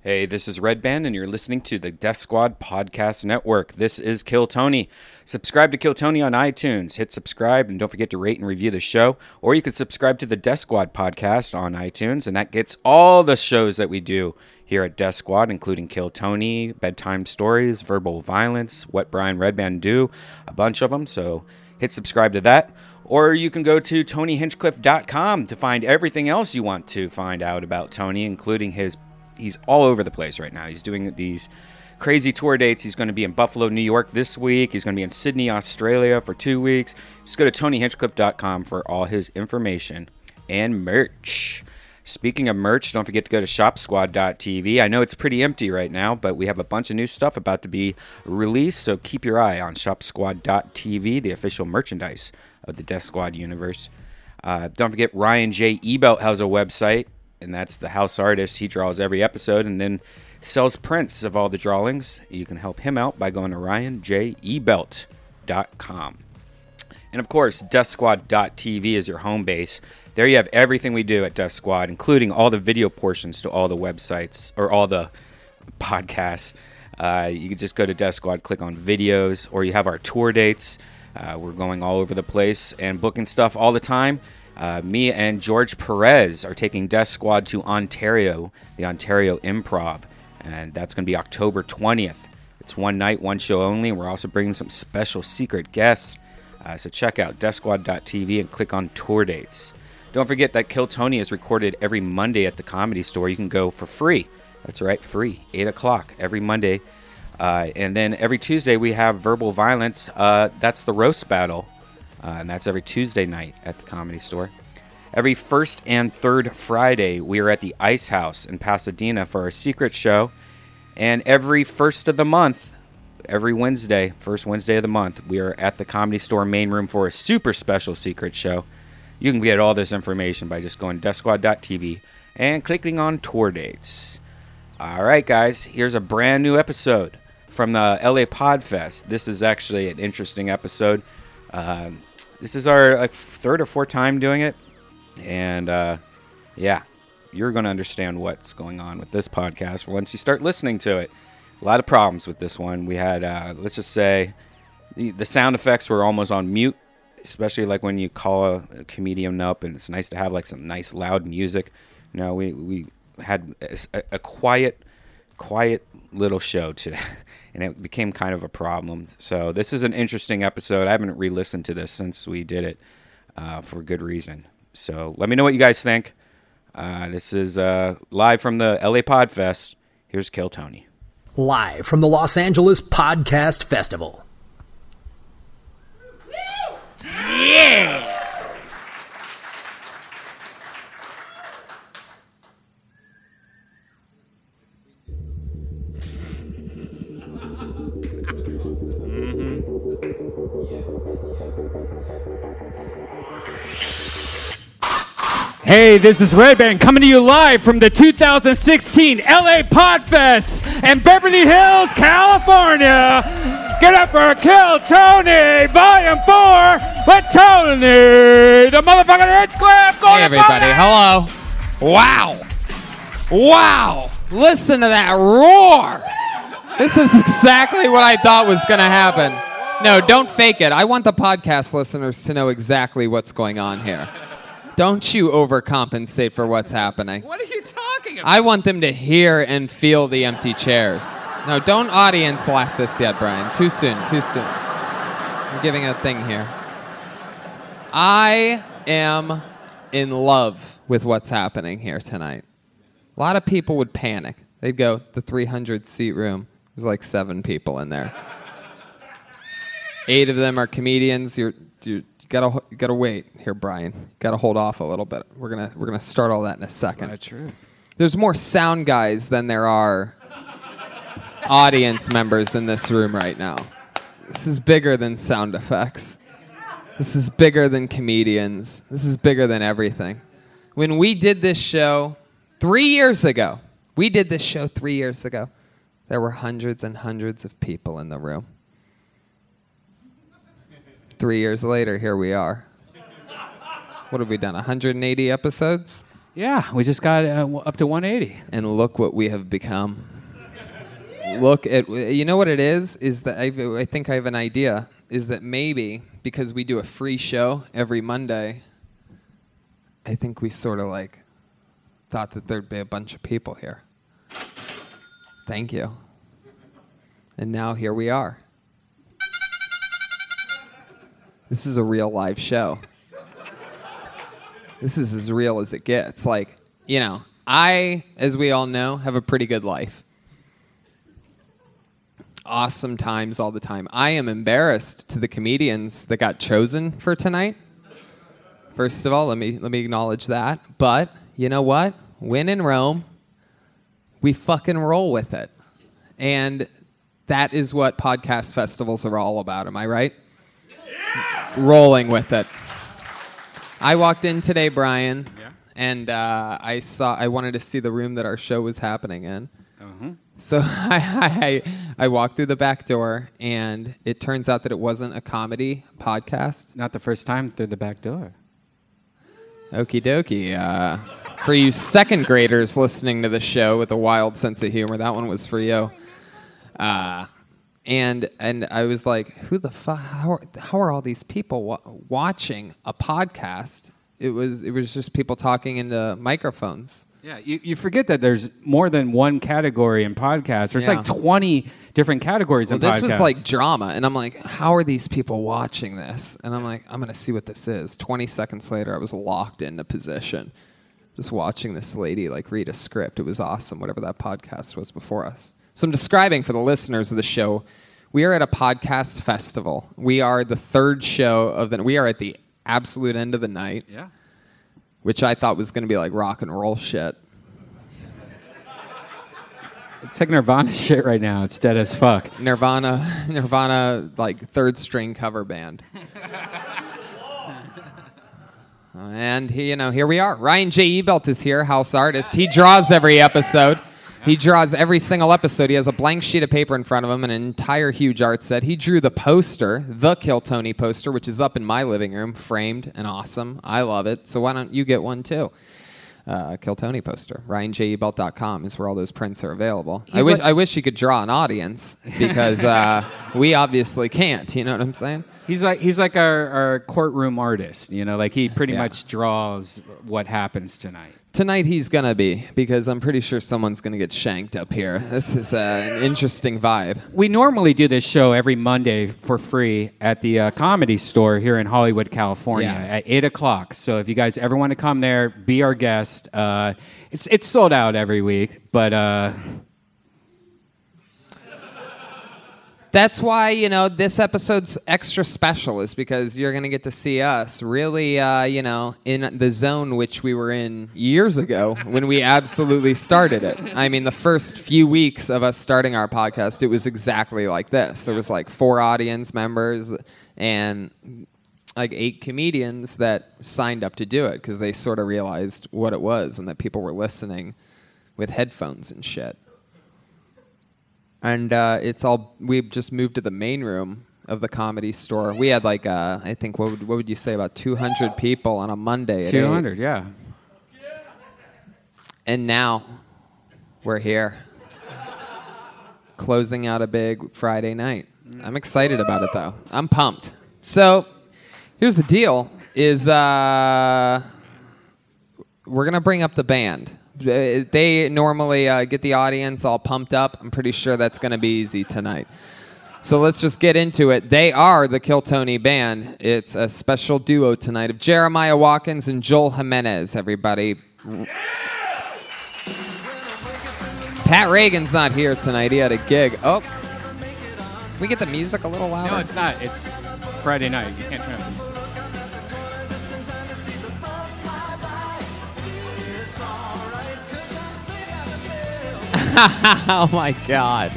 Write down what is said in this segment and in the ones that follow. Hey, this is Red Band, and you're listening to the Death Squad Podcast Network. This is Kill Tony. Subscribe to Kill Tony on iTunes. Hit subscribe, and don't forget to rate and review the show. Or you can subscribe to the Death Squad Podcast on iTunes, and that gets all the shows that we do here at Death Squad, including Kill Tony, Bedtime Stories, Verbal Violence, What Brian Redband Do, a bunch of them. So hit subscribe to that. Or you can go to TonyHinchcliffe.com to find everything else you want to find out about Tony, including his. He's all over the place right now. He's doing these crazy tour dates. He's going to be in Buffalo, New York this week. He's going to be in Sydney, Australia for two weeks. Just go to TonyHinchcliffe.com for all his information and merch. Speaking of merch, don't forget to go to shopsquad.tv. I know it's pretty empty right now, but we have a bunch of new stuff about to be released, so keep your eye on shopsquad.tv, the official merchandise of the Death Squad universe. Uh, don't forget Ryan J. Ebelt has a website, and that's the house artist. He draws every episode and then sells prints of all the drawings. You can help him out by going to ryanjebelt.com. And of course, DeathSquad.tv is your home base. There you have everything we do at Death Squad, including all the video portions to all the websites or all the podcasts. Uh, you can just go to Death Squad, click on videos, or you have our tour dates. Uh, we're going all over the place and booking stuff all the time. Uh, me and George Perez are taking Death Squad to Ontario, the Ontario Improv, and that's going to be October 20th. It's one night, one show only. We're also bringing some special secret guests. Uh, so check out DeathSquad.tv and click on tour dates. Don't forget that Kill Tony is recorded every Monday at the Comedy Store. You can go for free. That's right, free. 8 o'clock every Monday. Uh, and then every Tuesday, we have Verbal Violence. Uh, that's the roast battle. Uh, and that's every Tuesday night at the Comedy Store. Every first and third Friday, we are at the Ice House in Pasadena for our secret show. And every first of the month, every Wednesday, first Wednesday of the month, we are at the Comedy Store main room for a super special secret show. You can get all this information by just going to deathsquad.tv and clicking on tour dates. All right, guys, here's a brand new episode from the LA Podfest. This is actually an interesting episode. Um, this is our like, third or fourth time doing it. And uh, yeah, you're going to understand what's going on with this podcast once you start listening to it. A lot of problems with this one. We had, uh, let's just say, the, the sound effects were almost on mute, especially like when you call a, a comedian up, and it's nice to have like some nice loud music. No, we we had a, s- a- a quiet, quiet little show today, and it became kind of a problem. So this is an interesting episode. I haven't re-listened to this since we did it uh, for good reason. So let me know what you guys think. Uh, this is uh, live from the LA Podfest. Here's Kill Tony. live from the Los Angeles Podcast Festival. Hey, this is Red Band coming to you live from the 2016 LA Podfest in Beverly Hills, California. Get up for Kill Tony, Volume 4 with Tony, the motherfucking Rich Cliff. Go Hey everybody, hello. Wow. Wow. Listen to that roar. This is exactly what I thought was going to happen. No, don't fake it. I want the podcast listeners to know exactly what's going on here. Don't you overcompensate for what's happening. What are you talking about? I want them to hear and feel the empty chairs. No, don't audience laugh this yet, Brian. Too soon, too soon. I'm giving a thing here. I am in love with what's happening here tonight. A lot of people would panic. They'd go, the 300 seat room. There's like seven people in there. Eight of them are comedians. You're, you're you gotta ho- you gotta wait here, Brian. You gotta hold off a little bit. We're gonna we're gonna start all that in a second. There's more sound guys than there are audience members in this room right now. This is bigger than sound effects. This is bigger than comedians. This is bigger than everything. When we did this show three years ago, we did this show three years ago, there were hundreds and hundreds of people in the room. Three years later, here we are. What have we done? 180 episodes? Yeah, we just got uh, w- up to 180. and look what we have become. Look at you know what it is is that I, I think I have an idea is that maybe because we do a free show every Monday, I think we sort of like thought that there'd be a bunch of people here. Thank you. And now here we are. This is a real live show this is as real as it gets. Like, you know, I, as we all know, have a pretty good life. Awesome times all the time. I am embarrassed to the comedians that got chosen for tonight. First of all, let me let me acknowledge that. But you know what? When in Rome, we fucking roll with it. And that is what podcast festivals are all about, am I right? Rolling with it. I walked in today, Brian, and uh, I saw I wanted to see the room that our show was happening in. So I, I I walked through the back door, and it turns out that it wasn't a comedy podcast. Not the first time through the back door. Okie dokie. Uh, for you second graders listening to the show with a wild sense of humor, that one was for you. Uh, and and I was like, who the fuck? How are, how are all these people wa- watching a podcast? It was it was just people talking into microphones. Yeah, you, you forget that there's more than one category in podcasts. There's Yeah. like 20 different categories Well, in podcasts. this was like drama, and I'm like, how are these people watching this? And I'm like, I'm gonna see what this is. Twenty seconds later, I was locked into position, just watching this lady like read a script. It was awesome. Whatever that podcast was before us. So I'm describing for the listeners of the show. We are at a podcast festival. We are the third show of the. We are at the absolute end of the night yeah. which I thought was going to be like rock and roll shit. It's like Nirvana shit right now. It's dead as fuck. Nirvana, Nirvana, like third string cover band. and he, you know, here we are. Ryan J. Ebelt is here, house artist. He draws every episode. He draws every single episode. He has a blank sheet of paper in front of him, an entire huge art set. He drew the poster, the Kill Tony poster, which is up in my living room, framed and awesome. I love it. So why don't you get one too? uh, Kill Tony poster. RyanJEbelt.com is where all those prints are available. I wish I wish you could draw an audience because uh, we obviously can't. You know what I'm saying? He's like he's like our, our courtroom artist, you know, like he pretty Yeah. much draws what happens tonight. Tonight he's gonna be because I'm pretty sure someone's gonna get shanked up here. This is uh, an interesting vibe. We normally do this show every Monday for free at the uh, Comedy Store here in Hollywood, California, Yeah. at eight o'clock. So if you guys ever want to come there, be our guest. Uh, it's it's sold out every week, but uh, That's why you know this episode's extra special is because you're gonna get to see us really, uh, you know, in the zone which we were in years ago when we absolutely started it. I mean, the first few weeks of us starting our podcast, it was exactly like this. There was like four audience members and like eight comedians that signed up to do it because they sort of realized what it was and that people were listening with headphones and shit and uh, it's all we just moved to the main room of the comedy store. We had like uh, I think what would what would you say about 200 people on a Monday? at eight. two hundred, yeah. And now we're here, closing out a big Friday night. Mm. I'm excited about it though. I'm pumped. So here's the deal: is uh, we're gonna bring up the band. Uh, They normally uh, get the audience all pumped up. I'm pretty sure that's gonna be easy tonight. So let's just get into it. They are the Kill Tony Band. It's a special duo tonight of Jeremiah Watkins and Joel Jimenez. Everybody, Pat Reagan's not here tonight. He had a gig. Oh, can we get the music a little louder? No, it's not. It's Friday night. You can't turn it. oh my god!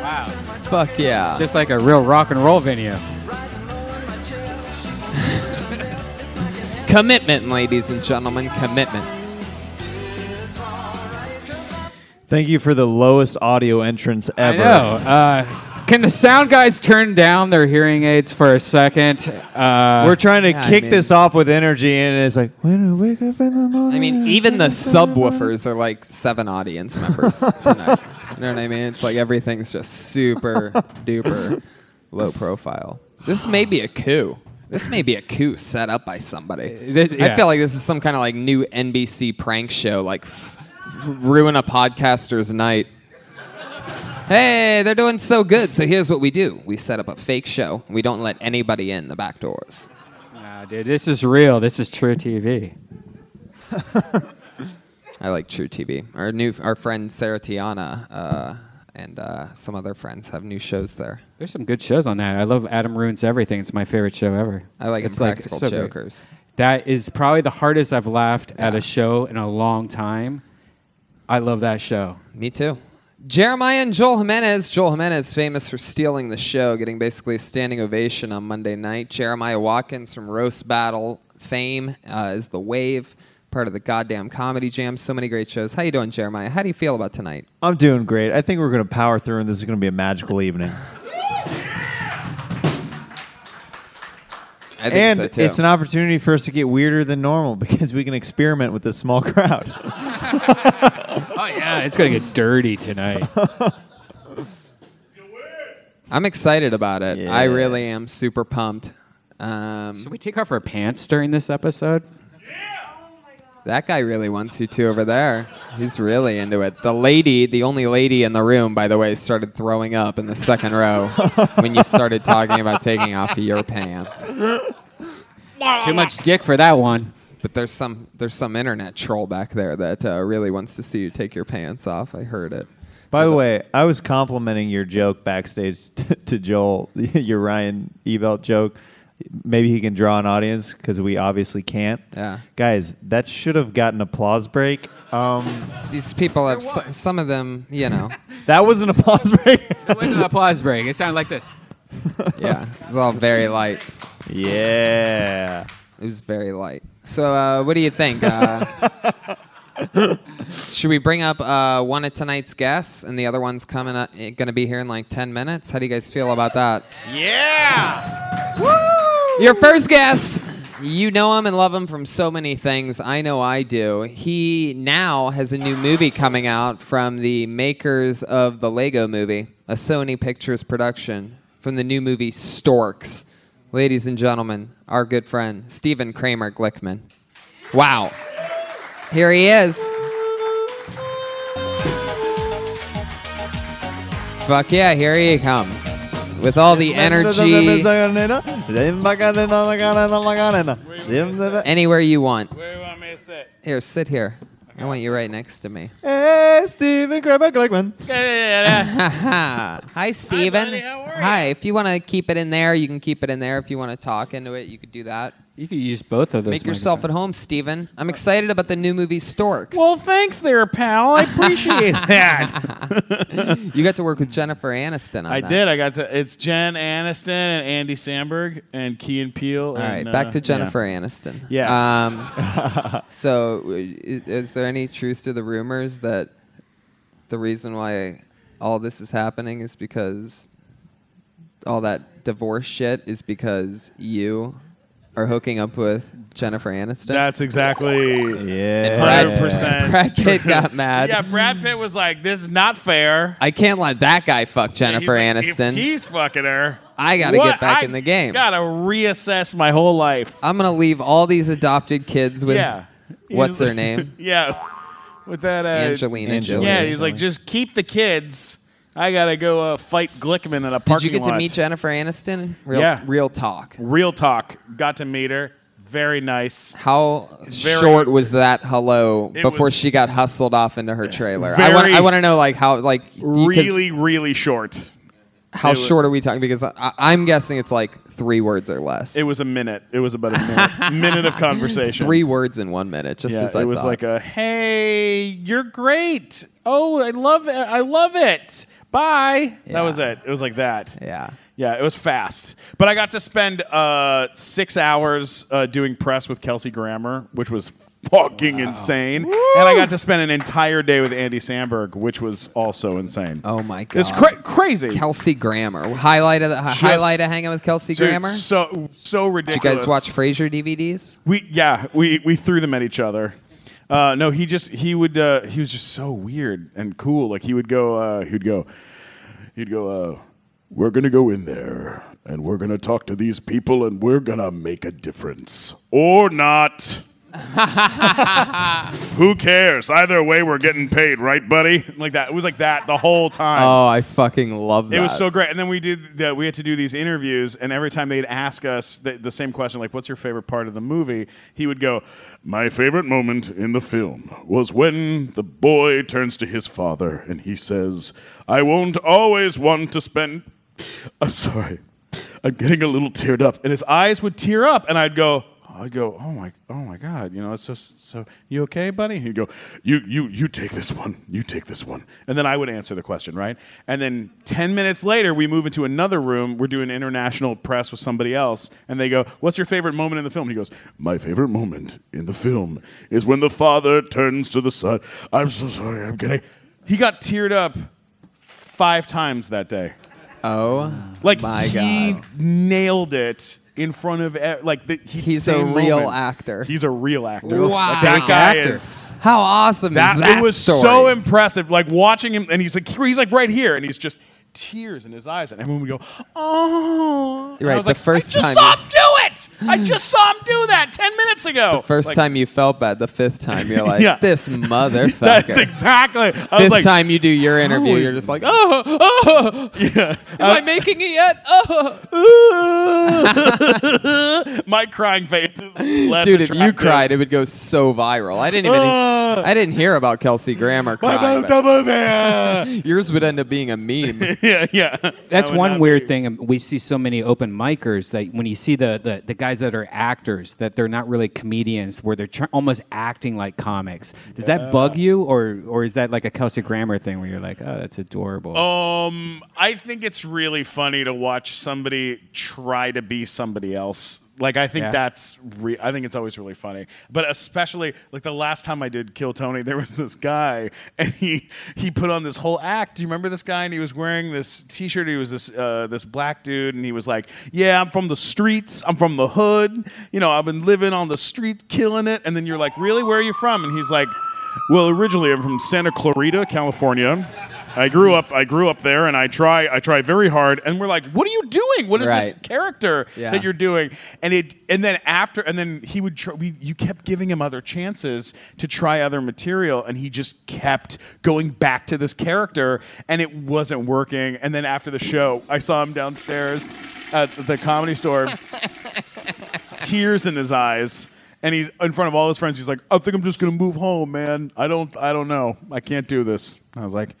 Wow, Fuck yeah! just like a real rock and roll venue. commitment, ladies and gentlemen, commitment. Thank you for the lowest audio entrance I ever. know. Uh, Can the sound guys turn down their hearing aids for a second? Uh, We're trying to Yeah, I kick mean- this off with energy, and it's like, when I wake up in the morning. I mean, even the subwoofers are like seven audience members tonight. You know what I mean? It's like everything's just super duper low profile. This may be a coup. This may be a coup set up by somebody. Th- yeah. I feel like this is some kind of like new NBC prank show, like f- ruin a podcaster's night. Hey, they're doing so good. So here's what we do: we set up a fake show. We don't let anybody in the back doors. Nah, dude, this is real. This is true TV. I like True TV. Our new our friend Sarah Tiana uh, and uh, some other friends have new shows there. There's some good shows on that. I love Adam Ruins Everything. It's my favorite show ever. I like it's Impractical so great. Jokers. That is probably the hardest I've laughed at a show in a long time. I love that show. Me too. Jeremiah and Joel Jimenez. Joel Jimenez, famous for stealing the show, getting basically a standing ovation on Monday night. Jeremiah Watkins from Roast Battle fame uh, is the wave, part of the goddamn comedy jam. So many great shows. How you doing, Jeremiah? How do you feel about tonight? I'm doing great. I think we're going to power through, and this is going to be a magical evening. I think And so too. it's an opportunity for us to get weirder than normal because we can experiment with this small crowd. Oh yeah, it's gonna get dirty tonight. I'm excited about it. Yeah. I really am super pumped. Um, Should we take off our pants during this episode? That guy really wants you to over there. He's really into it. The lady, the only lady in the room, by the way, started throwing up in the second row when you started talking about taking off your pants. Too much dick for that one. But there's some there's some internet troll back there that uh, really wants to see you take your pants off. I heard it. By the way, I was complimenting your joke backstage t- to Joel, your Ryan Ebelt joke. Maybe he can draw an audience because we obviously can't. Yeah. Guys, that should have gotten applause break. Um, These people have s- some of them, you know. that was an applause break. It was an applause break. It sounded like this. Yeah, it's all very light. yeah. It was very light. So, uh, what do you think? Uh, should we bring up uh, one of tonight's guests, and the other one's coming up, going to be here in like ten minutes? How do you guys feel about that? Your first guest. You know him and love him from so many things. I know I do. He now has a new movie coming out from the makers of the Lego movie, a Sony Pictures production from the new movie Storks. Ladies and gentlemen, our good friend, Stephen Kramer Glickman. Wow. Here he is. Fuck yeah, here he comes. With all the energy. Anywhere you want. Where you want me to sit? Here, sit here. I want you right next to me. Hey, Steven Kramer Glickman. Haha. Hi, Steven. buddy, how are Hi. If you want to keep it in there, you can keep it in there. If you want to talk into it, you could do that. You could use both of those. Make yourself at home, Steven. I'm excited about the new movie Storks. Well, thanks there, pal. I appreciate that. you got to work with Jennifer Aniston on I that. did. I got to. It's Jen Aniston and Andy Samberg and Kean Peele. All right, back to Jennifer Aniston. uh, Yes. Um, so, i- is there any truth to the rumors that the reason why all this is happening is because all that divorce shit is because you are hooking up with Jennifer Aniston? That's exactly. Yeah. Brad- 100%. Brad Pitt got mad. Yeah, Brad Pitt was like, "This is not fair." I can't let that guy fuck Jennifer He's like, Aniston. "If he's fucking her. I got to what? get back I in the game. Gotta reassess my whole life. I'm going to leave all these adopted kids with yeah. what's He's- her name? yeah. With that. Uh, Angelina, Jolie. Yeah, he's like, just keep the kids. I gotta go uh, fight Glickman in a parking lot. Did you get to meet Jennifer Aniston? Real, Yeah. real talk. Real talk. Got to meet her. Very nice. How Very- short was that hello It before was- she got hustled off into her trailer? I want Very- I want to know like how like y- 'cause Really, really short. how it wa- short are we talking? Because I, I- I'm guessing it's like three words or less. It was a minute. It was about a minute, minute of conversation. three words in one minute. Just Yeah, as I it was thought. like a hey, you're great. Oh, I love it. I love it. Bye. Yeah. That was it. It was like that. yeah. Yeah, it was fast. But I got to spend uh, six hours uh, doing press with Kelsey Grammer, which was fucking insane. And I got to spend an entire day with Andy Samberg, which was also insane. Oh my god. It's cra- crazy. Kelsey Grammer. Highlight of the hi- Just- highlight of hanging with Kelsey Dude, Grammer. Did So so you ridiculous. guys watch Frasier DVDs? We yeah, we we threw them at each other. Uh, no, he just he would uh, he was just so weird and cool. Like he would go uh, he'd go he'd go. Uh, we're gonna go in there and we're gonna talk to these people and we're gonna make a difference or not. Who cares? Either way, we're getting paid, right, buddy? Like that. It was like that the whole time. Oh, I fucking love that. It was so great. And then we did the, we had to do these interviews, and every time they'd ask us the, the same question, like, "What's your favorite part of the movie?" He would go, "My favorite moment in the film was when the boy turns to his father and he says, "I won't always want to spend." I'm sorry, I'm getting a little teared up, and his eyes would tear up, and I'd go. I'd go, oh my, oh my God! You know, it's so, so. You okay, buddy? He'd go, you, you, you take this one. You take this one, and then I would answer the question, right? And then ten minutes later, we move into another room. We're doing international press with somebody else, and they go, "What's your favorite moment in the film?" He goes, "My favorite moment in the film is when the father turns to the son." I'm so sorry. I'm getting. He got teared up five times that day. Oh, Like my he God. nailed it in front of e- like the, he- He's a same real moment. actor. He's a real actor. Wow. Like, that guy Actor. is. how awesome That, is that it was story? so impressive. Like watching him, and he's like he's like right here, and he's just tears in his eyes, and everyone would go, oh. And Right, I was the like, first I just time saw you- him do it. I just saw him do that ten minutes ago. The first Like, time you felt bad, the fifth time you're like, Yeah. this motherfucker. That's exactly. I was Fifth like, time you do your interview, is- you're just like, oh, oh, yeah. Uh, am I making it yet? Oh. My crying face is less Dude, if you attractive. cried, it would go so viral. I didn't even, Ah. I didn't hear about Kelsey Grammer What crying. about but the movie? Yours would end up being a meme. yeah, yeah. That That's would one not weird be- thing. um, We see so many open micers that when you see the, the, the guys that are actors, that they're not really comedians, where they're tr- almost acting like comics. Does that bug you, or or is that like a Kelsey Grammer thing where you're like, oh, that's adorable? Um, I think it's really funny to watch somebody try to be somebody else. Like I think Yeah. that's re- I think it's always really funny. But especially like the last time I did Kill Tony, there was this guy and he he put on this whole act. Do you remember this guy? And he was wearing this T-shirt. He was this uh, this black dude, and he was like, "Yeah, I'm from the streets. I'm from the hood. You know, I've been living on the street, killing it." And then you're like, "Really? Where are you from?" And he's like. Well, originally I'm from Santa Clarita, California. I grew up. I grew up there, and I try. I try very hard. And we're like, "What are you doing? What is this Right. character Yeah. that you're doing?" And it. And then after, and then he would. Tr- we, you kept giving him other chances to try other material, and he just kept going back to this character, and it wasn't working. And then after the show, I saw him downstairs at the comedy store tears in his eyes and he's in front of all his friends he's like i think i'm just going to move home man i don't i don't know i can't do this and i was like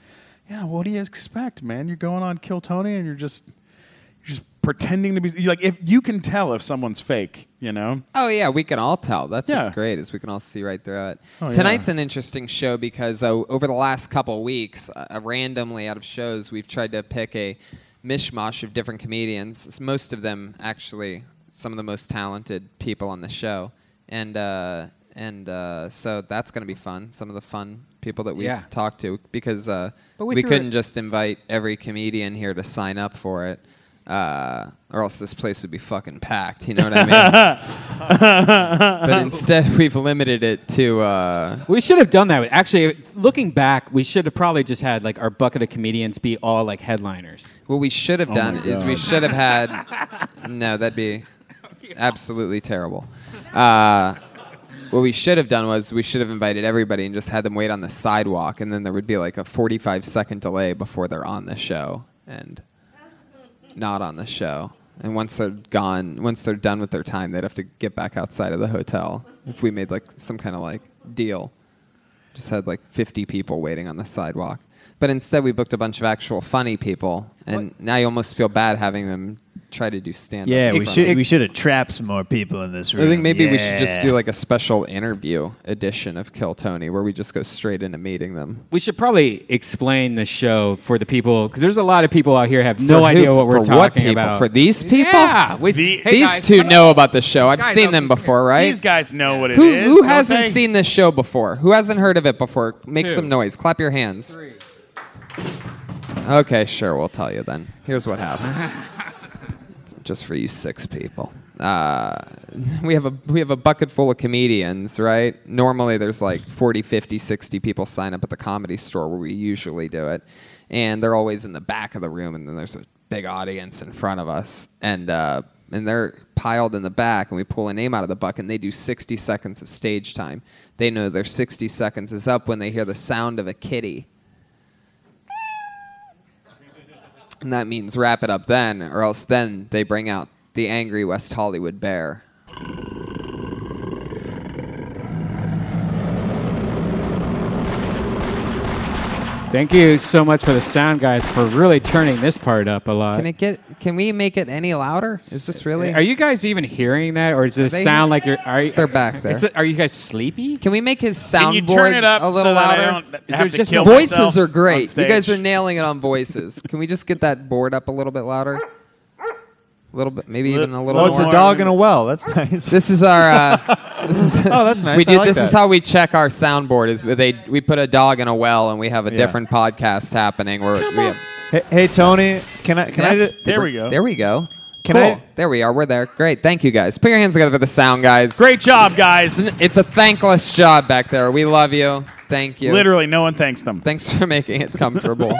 yeah what do you expect man you're going on kill tony and you're just you're just pretending to be you're like if you can tell if someone's fake you know Oh yeah, we can all tell. That's Yeah. Oh, what's great is we can all see right through it. yeah. Tonight's an interesting show because uh, over the last couple weeks, uh, randomly out of shows, we've tried to pick a mishmash of different comedians. S- Most of them actually some of the most talented people on the show, and uh, and uh, so that's going to be fun. Some of the fun people that we've Yeah. talked to because uh, But we we threw couldn't it- just invite every comedian here to sign up for it. Uh, or else this place would be fucking packed. You know what I mean? but instead we've limited it to uh, We should have done that. Actually, looking back, we should have probably just had like our bucket of comedians be all like headliners. what we should Oh Oh have done is we should have had no that'd be absolutely terrible uh, what we should have done was we should have invited everybody and just had them wait on the sidewalk and then there would be like a 45 second delay before they're on the show and not on the show and once they're gone once they're done with their time they'd have to get back outside of the hotel if we made like some kind of like deal just had like 50 people waiting on the sidewalk. But instead, we booked a bunch of actual funny people, and now you almost feel bad having them try to do stand up. Yeah, we should we should have trapped some more people in this room. I think maybe we should just Yeah. do like a special interview edition of Kill Tony where we just go straight into meeting them. We should probably explain the show for the people because there's a lot of people out here have no For who- idea what we're for talking people? about. For these people? yeah, we, The- hey These guys, two know about the show. I've Guys, seen uh, them before, right? These guys know what it who is, who don't hasn't they? seen this show before? Who hasn't heard of it before? Make some noise. Clap your hands. Okay, sure. We'll tell you then. Here's what happens. Just for you six people. Uh, we have a we have a bucket full of comedians, right? Normally there's like 40, 50, 60 people sign up at the comedy store where we usually do it. And they're always in the back of the room and then there's a big audience in front of us. And uh, and they're piled in the back and we pull a name out of the bucket and they do 60 seconds of stage time. They know their 60 seconds is up when they hear the sound of a kitty. And that means wrap it up then, or else then they bring out the angry West Hollywood bear. thank you so much for the sound guys for really turning this part up a lot. Can Uh, it get? Can we make it any louder? Is this really? are you guys even hearing that, or does it they- sound like you're? Are, you- They're back there. It's a- are you guys sleepy? can we make his Can soundboard you turn it up a so that little louder? I don't have there to just kill myself voices are on great. You stage? guys are nailing it on voices. can we just get that board up a little bit louder? A little bit, maybe even a little Oh, it's more. a dog in a well. That's nice. This is our. Uh, this is. Oh, that's nice. We I do. like this is that. how we check our soundboard. Is they we put a dog in a well and we have a Yeah. different podcast happening where we have. hey, hey, Tony, can I can I That's- ju- There we go. There we go. Can cool. I- There we are. We're there. Great. Thank you guys. Put your hands together for the sound guys. Great job, guys. It's a thankless job back there. We love you. Thank you. Literally, no one thanks them. Thanks for making it comfortable.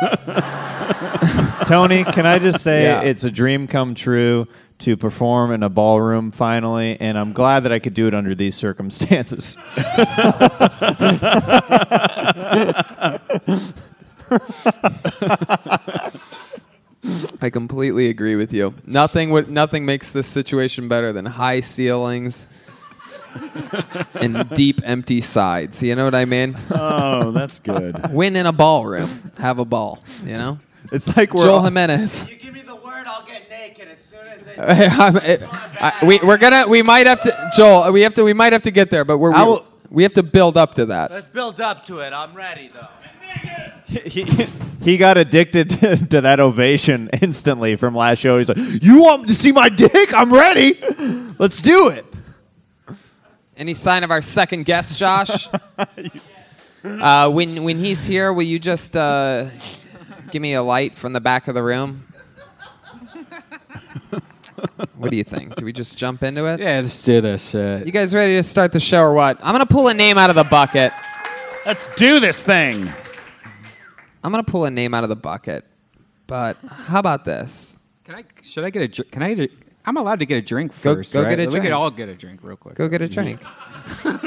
Tony, can I just say Yeah. it's a dream come true to perform in a ballroom finally, and I'm glad that I could do it under these circumstances. I completely agree with you. Nothing would nothing makes this situation better than high ceilings and deep empty sides. You know what I mean? Oh, that's good. Win in a ballroom. Have a ball, you know? It's like we're Joel all- Jimenez. You give me the word, I'll get naked as soon as it. I'm- it- I- we, we're gonna we might have to Joel, we have to we might have to get there, but we're, we, will- we have to build up to that. Let's build up to it. I'm ready though. he, he got addicted to, to that ovation instantly from last show. He's like, "You want to see my dick? I'm ready. Let's do it." Any sign of our second guest, Josh? uh, when when he's here, will you just uh, give me a light from the back of the room? what do you think? Do we just jump into it? Yeah, let's do this. Uh, You guys ready to start the show or what? I'm gonna pull a name out of the bucket. Let's do this thing. I'm gonna pull a name out of the bucket. But how about this? can I? Should I get a? dr- Can I? get a- I'm allowed to get a drink Go- first, go right? get a we drink. could all get a drink real quick. Go get a drink.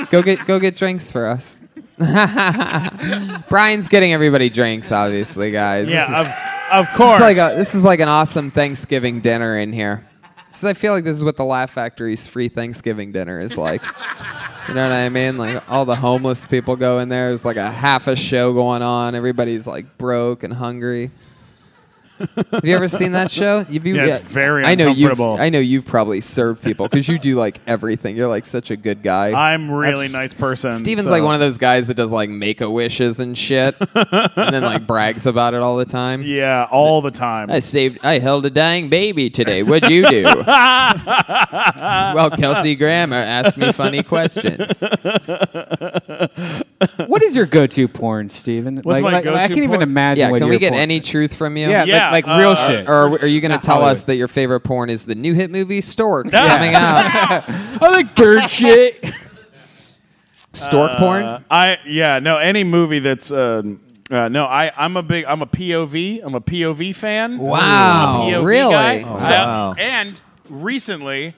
go get go get drinks for us. Brian's getting everybody drinks, obviously, guys. This is- Yeah, of, of This course. is like a, this is like an awesome Thanksgiving dinner in here. This is, I feel like this is what the Laugh Factory's free Thanksgiving dinner is like. You know what I mean? Like all the homeless people go in there. There's like a half a show going on. Everybody's like broke and hungry. Have you ever seen that show? You've, you, Yeah, it's very I know you've. uncomfortable. I know you've probably served people because you do like everything. You're like such a good guy. I'm really I've- nice person. Steven's like one of those guys that does like make a wishes and shit, and then like brags about it all the time. Yeah, all the time. I saved. I held a dying baby today. What'd you do? well, Kelsey Grammer asked me funny questions. What is your go-to porn, Steven? What's like, my like- like, I go-to can't even porn? imagine. Yeah, what can we your get porn- any truth from you? Yeah, Yeah, like, like uh, real uh, shit. Or are you going to tell Hollywood. us that your favorite porn is the new hit movie Storks coming out? I like bird shit. Stork Uh, porn? I yeah no any movie that's uh, uh, no I I'm a big I'm a POV I'm a POV fan. Wow, I'm a POV really? guy. Oh, So- wow. And recently,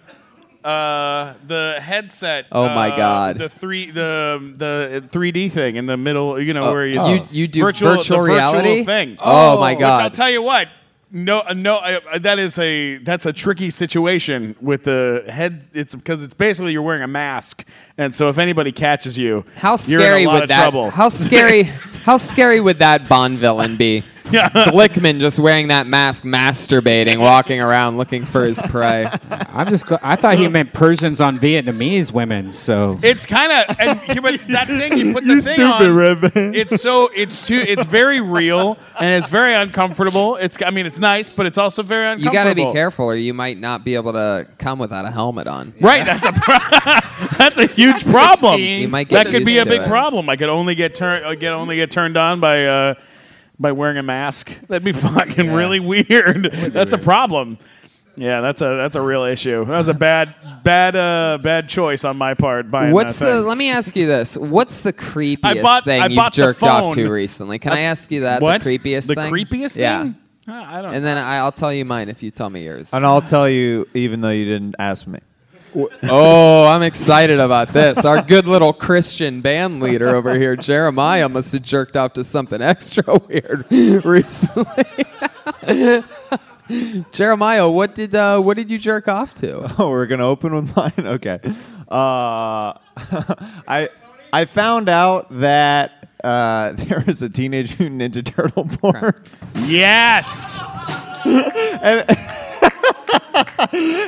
uh, the headset. Oh, my uh, God. The three the the 3D thing in the middle. You know where you Oh, you you do virtual, virtual, the virtual reality? thing. Oh, my Which I'll god! tell you what. No, uh, no, I, I- that is a that's a tricky situation with the head. It's because it's basically you're wearing a mask, and so if anybody catches you, How you're in scary a lot would of that? Trouble. How scary? how scary would that Bond villain be? Glickman just wearing that mask, masturbating, walking around looking for his prey. I'm just. Gl- I thought he meant Persians on Vietnamese women. So It's kind of and he- but that thing you put the thing on. It's so it's too it's very real and it's very uncomfortable. It's I mean it's nice, but it's also very You uncomfortable. got to be careful, or you might not be able to come without a helmet on. Right, that's a pro- that's a huge problem. You might get That could be a used to big it. problem. I could only get turned I could only get turned on by uh, by wearing a mask. That'd be fucking really weird. That's a problem. Yeah, that's a that's a real issue. That was a bad bad uh, bad choice on my part. Buying What's that the? thing. Let me ask you this: What's the creepiest bought- thing I you've bought the jerked off to phone. recently? Can I, ask you that? what? The creepiest The thing. creepiest Yeah. thing? Uh, I I don't. And then I, I'll tell you mine if you tell me yours. And I'll tell you, even though you didn't ask me. Oh, I'm excited about this. Our good little Christian band leader over here, Jeremiah, must have jerked off to something extra weird recently. Jeremiah, what did uh, what did you jerk off to? Oh, we're gonna open with mine. Okay. Uh, I I found out that uh, there was a Teenage Mutant Ninja Turtle porn, yes. and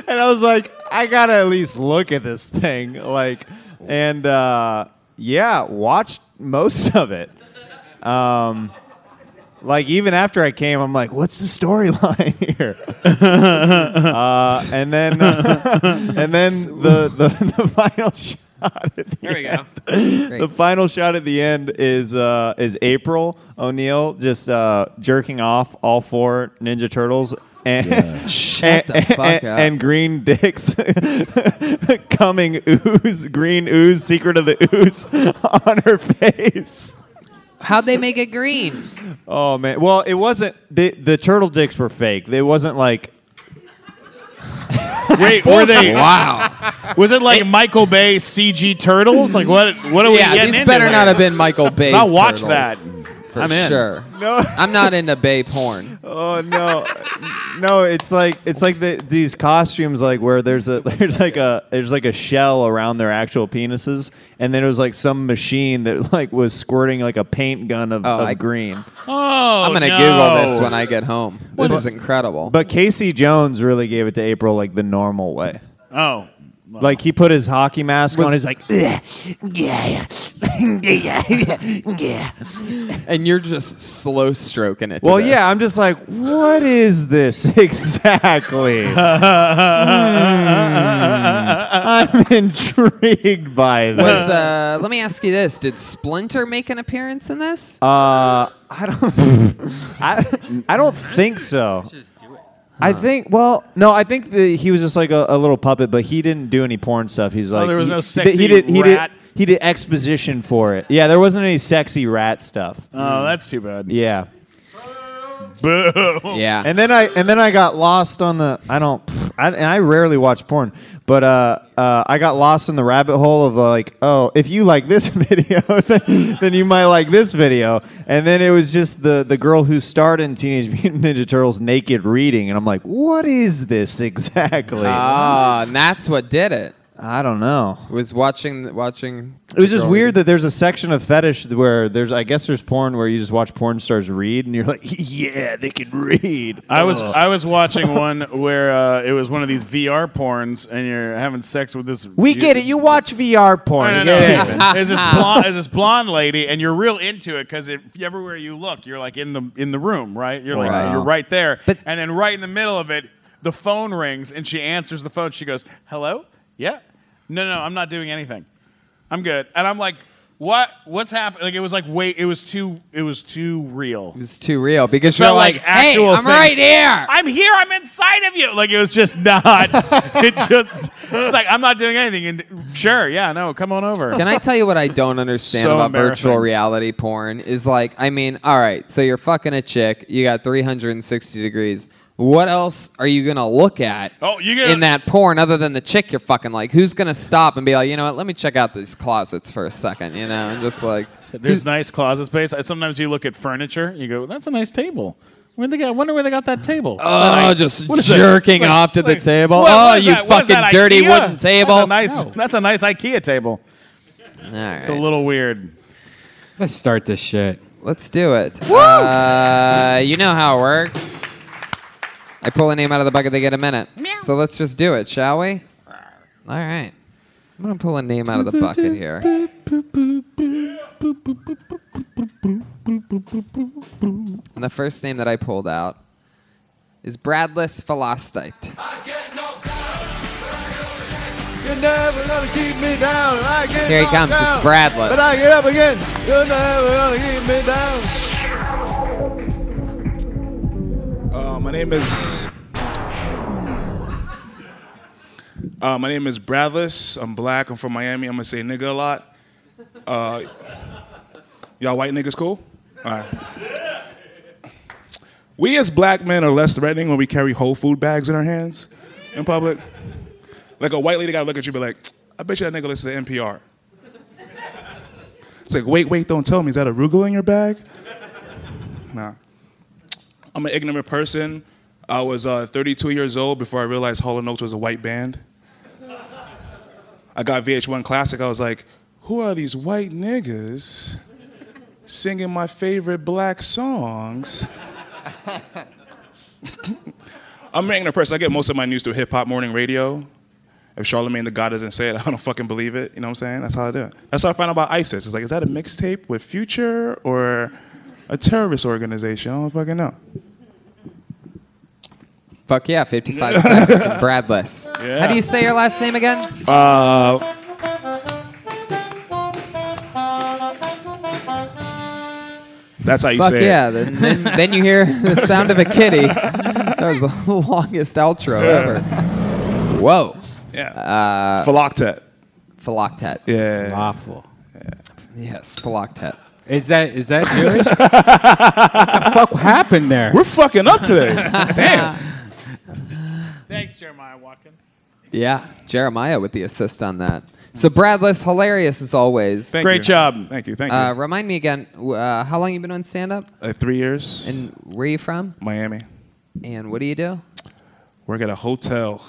I was like, I gotta at least look at this thing. Like, and uh, yeah, watched most of it. Um, like even after I came, I'm like, what's the storyline here? uh, and then uh, and then the the, the final shot. At the There we go. the final shot at the end is uh, is April O'Neil just uh, jerking off all four Ninja Turtles and Shut the and, fuck and- up. and green dicks coming ooze green ooze secret of the ooze on her face. How'd they make it green? Oh man! Well, it wasn't the the turtle dicks were fake. It wasn't like Wait, were they? Wow. Was it like Michael Bay CG turtles? Like what? What are we yeah, getting these into better there? not have been Michael Bay. I'll watch that. for I'm in. sure. No. I'm not into Bay porn. Oh no, no! It's like it's like the, these costumes, like where there's a there's like a there's like a shell around their actual penises, and then it was like some machine that like was squirting like a paint gun of, Oh, of I- green. Oh, I'm gonna no. Google this when I get home. This is incredible. But Casey Jones really gave it to April like the normal way. Oh, Like he put his hockey mask Was- on. He's like, and you're just slow stroking it. to well, this. yeah. I'm just like, what is this exactly? Hmm. I'm intrigued by this. Was uh, let me ask you this: Did Splinter make an appearance in this? Uh, I don't. I, I don't think so. I think well, no, I think the, he was just like a, a little puppet, but he didn't do any porn stuff. He's like Oh, there was he, no he sexy did, he did, rat? He did, he did exposition for it. Yeah, there wasn't any sexy rat stuff. oh, that's too bad. Yeah, Boo. yeah. and then I and then I got lost on the I don't pff, I, and I rarely watch porn, but uh, uh, I got lost in the rabbit hole of like oh if you like this video then, then you might like this video, and then it was just the the girl who starred in Teenage Mutant Ninja Turtles naked reading, and I'm like what is this exactly? Ah, and that's what did it. I don't know. Was watching watching. It was just weird that there's a section of fetish where there's I guess there's porn where you just watch porn stars read, and you're like yeah they can read. Oh. I was I was watching one where uh, it was one of these VR porns, and you're having sex with this. We get it. You watch VR porn. No, no, It's no. different. There's this blonde, there's this blonde lady, and you're real into it because everywhere you look, you're like in the in the room, right? You're like Wow. you're right there, But- and then right in the middle of it, the phone rings, and she answers the phone. She goes, "Hello, yeah, no, no, I'm not doing anything, I'm good," and I'm like. What what's happening? Like it was like wait, it was too it was too real. It was too real because you're felt like, like hey, actual I'm thing. right here. I'm here. I'm inside of you. Like it was just not. it just she's like I'm not doing anything. And sure, yeah, no, come on over. Can I tell you what I don't understand So about virtual embarrassing. reality porn? Is like, I mean, all right, so you're fucking a chick. You got 360 degrees. What else are you gonna look at? Oh, you gonna- in that porn other than the chick you're fucking like? Who's gonna stop and be like, you know what? Let me check out these closets for a second, you know, and just like. There's nice closet space. I- Sometimes you look at furniture. You go, that's a nice table. Where they got? I wonder where they got that table. Oh, just What is that? jerking Like- off to the like, table. what- oh, what is you that? What is fucking that, dirty IKEA? wooden table. That's a nice. That's a nice IKEA table. All right. It's a little weird. let's start this shit. Let's do it. Uh, you know how it works. I pull a name out of the bucket, they get a minute. So let's just do it, shall we? All right. I'm going to pull a name out of the bucket here. And the first name that I pulled out is Bradless Philostite. You're never gonna keep me down. I get Here he knocked comes. It's down, Bradless. But I get up again. You're never gonna keep me down. Uh, my name is. Uh, my name is Bradless. I'm black. I'm from Miami. I'm gonna say nigga a lot. Uh, y'all white niggas cool? All right. We as black men are less threatening when we carry whole food bags in our hands in public. Like a white lady gotta look at you and be like, I bet you that nigga listens to NPR. It's like, wait, wait, don't tell me. Is that arugula in your bag? Nah. I'm an ignorant person. I was uh, 32 years old before I realized Hall & Oates was a white band. I got VH1 Classic. I was like, who are these white niggas singing my favorite black songs? I'm an ignorant person. I get most of my news through hip hop morning radio. If Charlemagne the God doesn't say it, I don't fucking believe it. You know what I'm saying? That's how I do it. That's how I found out about ISIS. It's like, is that a mixtape with Future or a terrorist organization? I don't fucking know. Fuck yeah, 55 seconds from Bradless. How do you say your last name again? Uh, that's how you Fuck say yeah. it. Then, then, then you hear the sound of a kitty. That was the longest outro ever. Whoa. Yeah. Uh, Philoctet. Philoctet. Yeah. Awful. Yes, Philoctet. Is that is that Jewish? what the fuck happened there? We're fucking up today. Damn. Thanks, Jeremiah Watkins. Yeah, Jeremiah with the assist on that. So Bradless, hilarious as always. Thank Great you. job. Thank you. Thank you. Uh, remind me again, w- uh, how long you been on stand up Uh, three years in and where you from Miami. and what do you do? Work at a hotel.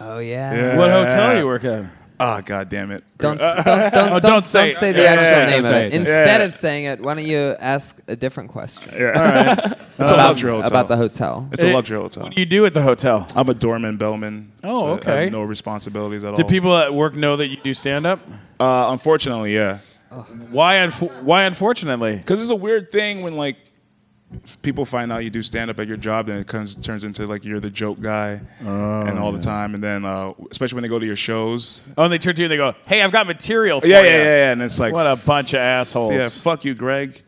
Oh yeah. Yeah. What hotel you work at? Oh, Ah, god damn it. Don't, s- don't, Oh, don't, don't, don't say say, it. the Yeah, actual name of say it. it. Instead Uh, Yeah. of saying it, why don't you ask a different question It's a about, luxury hotel. about the hotel? It's a luxury hotel. What do you do at the hotel? I'm a doorman bellman. Oh, so I okay. have no responsibilities at Do all. people at work know that you do stand up? Uh, unfortunately, yeah. Why? Unf- why? Unfortunately, Because it's a weird thing when like people find out you do stand up at your job, then it comes turns into like you're the joke guy, and all the time, and then uh, especially when they go to your shows. oh, and they turn to you and they go, "Hey, I've got material for Yeah, yeah, you." yeah, yeah, and it's like, What a bunch of assholes. yeah, fuck you, Greg.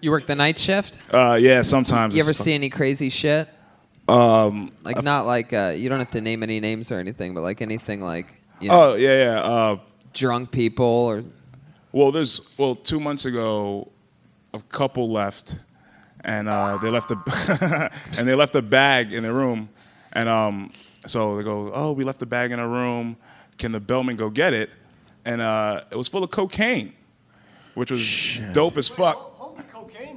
You work the night shift? Uh, yeah, sometimes. You it's ever fu- see any crazy shit? Um, Like not like uh, you don't have to name any names or anything, but like anything like you know, oh yeah, yeah. Uh, drunk people or well, there's well, two months ago, a couple left, and uh, they left the and they left the bag in the room, and um, so they go, oh, we left the bag in our room. Can the bellman go get it? And uh, it was full of cocaine, which was dope as fuck.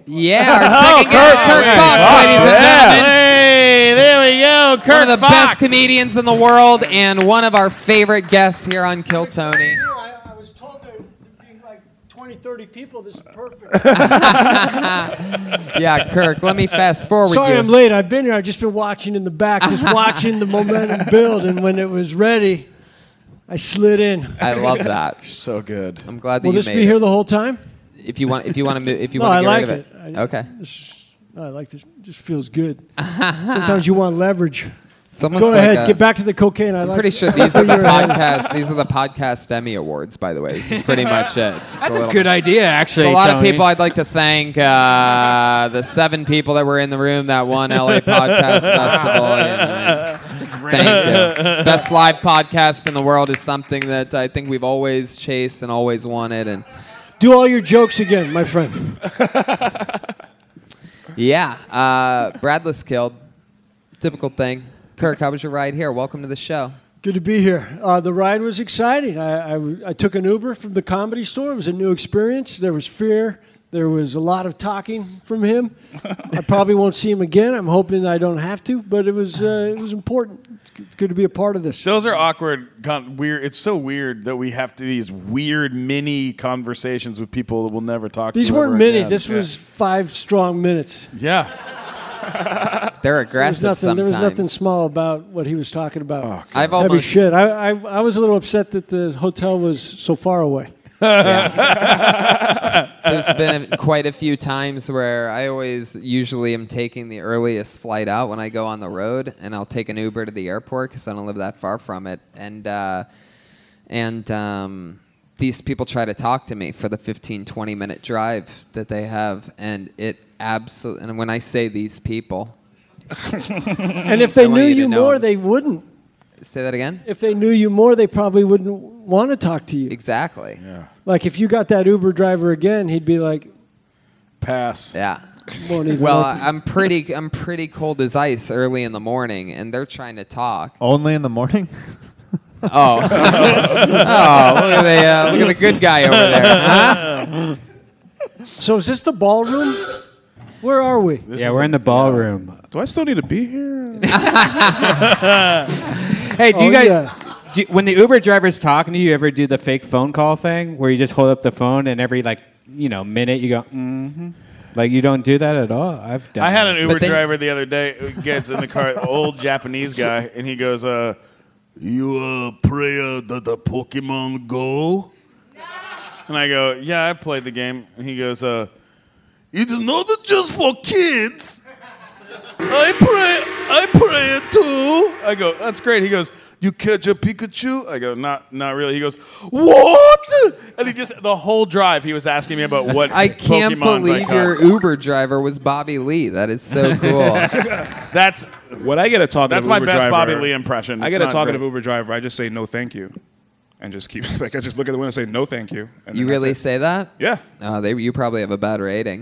yeah. Our Oh, second guest, Kirk Fox, ladies and gentlemen. Hey, there we go, Kirk one of the Fox. best comedians in the world and one of our favorite guests here on Kill Tony. I, I was told there would be like 20, 30 people. This is perfect. Yeah, Kirk, let me fast forward Sorry you. I'm late. I've been here. I've just been watching in the back, just watching the momentum build. And when it was ready, I slid in. I love that. So good. I'm glad that Will you this made be it. here the whole time? If you want if you want to move, if you No, want to I get like rid of it. it. I- okay. No, I like this. It just feels good. Sometimes you want leverage. It's almost Go like ahead. a- get back to the cocaine. I I'm like pretty it. sure these are the You're ahead. podcast these are the podcast Emmy Awards, by the way. This is pretty much it. It's just a little Good idea, actually. a lot of Tony. people I'd like to thank. Uh, the seven people that were in the room that won LA Podcast Festival. And, uh, thank you. Best live podcast in the world is something that I think we've always chased and always wanted. And Do all your jokes again, my friend. yeah, uh, Bradless killed. Typical thing. Kirk, how was your ride here? Welcome to the show. Good to be here. Uh, the ride was exciting. I, I w- I took an Uber from the comedy store. It was a new experience. There was fear. There was a lot of talking from him. I probably won't see him again. I'm hoping I don't have to, but it was uh, it was important. It's good to be a part of this. Those are awkward, con- weird. It's so weird that we have to these weird mini conversations with people that we'll never talk to. These weren't ever many. again. This Yeah. was five strong minutes. yeah. They're There was aggressive nothing. There sometimes. was nothing small about what he was talking about. Oh, I've Heavy almost- shit. I, I I was a little upset that the hotel was so far away. There's been a, quite a few times where I always usually am taking the earliest flight out when I go on the road, and I'll take an Uber to the airport because I don't live that far from it. And uh, and um, these people try to talk to me for the 15, 20 minute drive that they have, and it absolutely. And when I say these people, And if they I want knew you to you know. more, they wouldn't. say that again. If they knew you more, they probably wouldn't want to talk to you. Exactly. Yeah. Like if you got that Uber driver again, he'd be like, Pass. won't even Well, look at I'm pretty I'm pretty cold as ice early in the morning, and they're trying to talk. Only in the morning? Oh, oh, look at the uh, look at the good guy over there. Huh? So is this the ballroom? Where are we? yeah, we're in the ballroom. Do I still need to be here? Hey, do Oh, you guys? yeah. Do, when the Uber driver's talking to you, you ever do the fake phone call thing where you just hold up the phone and every like you know minute you go, mm-hmm. like you don't do that at all. I've done. I had that. an Uber But then- driver the other day who gets in the car, old Japanese guy, and he goes, uh, "You uh, play uh, the, the Pokemon Go?" And I go, "Yeah, I played the game." And he goes, uh, "It's not just for kids. I play, I play it too." I go, "That's great." He goes. You catch a Pikachu? I go, not, not really. He goes, what? And he just the whole drive he was asking me about what I can't Pokemons I believe caught. your Uber driver was Bobby Lee. That is so cool. That's When I get a talkative That's my Uber best driver, Bobby Lee impression. I It's get a not talkative great. Uber driver. I just say no, thank you, and just keep like I just look at the window and say no, thank you. And then you that's really it. say that? Yeah. Oh, they you probably have a bad rating.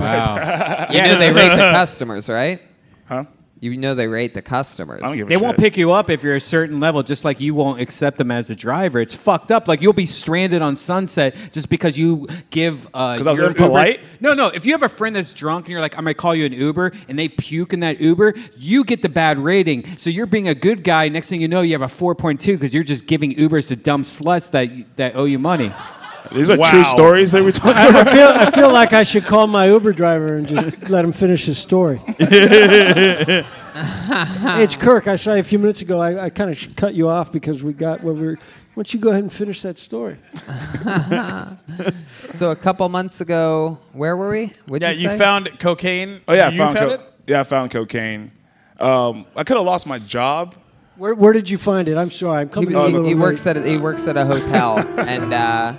yeah, You know they rate the customers, right? Huh? You know they rate the customers. I don't give a They won't shit. pick you up if you're a certain level, just like you won't accept them as a driver. It's fucked up. Like you'll be stranded on Sunset just because you give. Uh, 'Cause I was your impolite? Uber- No, no. If you have a friend that's drunk and you're like, I'm gonna call you an Uber, and they puke in that Uber, you get the bad rating. So you're being a good guy. Next thing you know, you have a 4.2 because you're just giving Ubers to dumb sluts that that owe you money. These are Wow. true stories that we talk. I feel, I feel like I should call my Uber driver and just let him finish his story. Hey, Um, it's Kirk. I saw you a few minutes ago. I, I kind of cut you off because we got where we were. Why don't you go ahead and finish that story? So a couple months ago, where were we? What'd Yeah, you, you say? found cocaine. Oh yeah, I you found, found co- it. yeah, I found cocaine. Um, I could have lost my job. Where, where did you find it? I'm sorry. I'm He, coming. he- in a little he late. works at a, he works at a hotel and uh,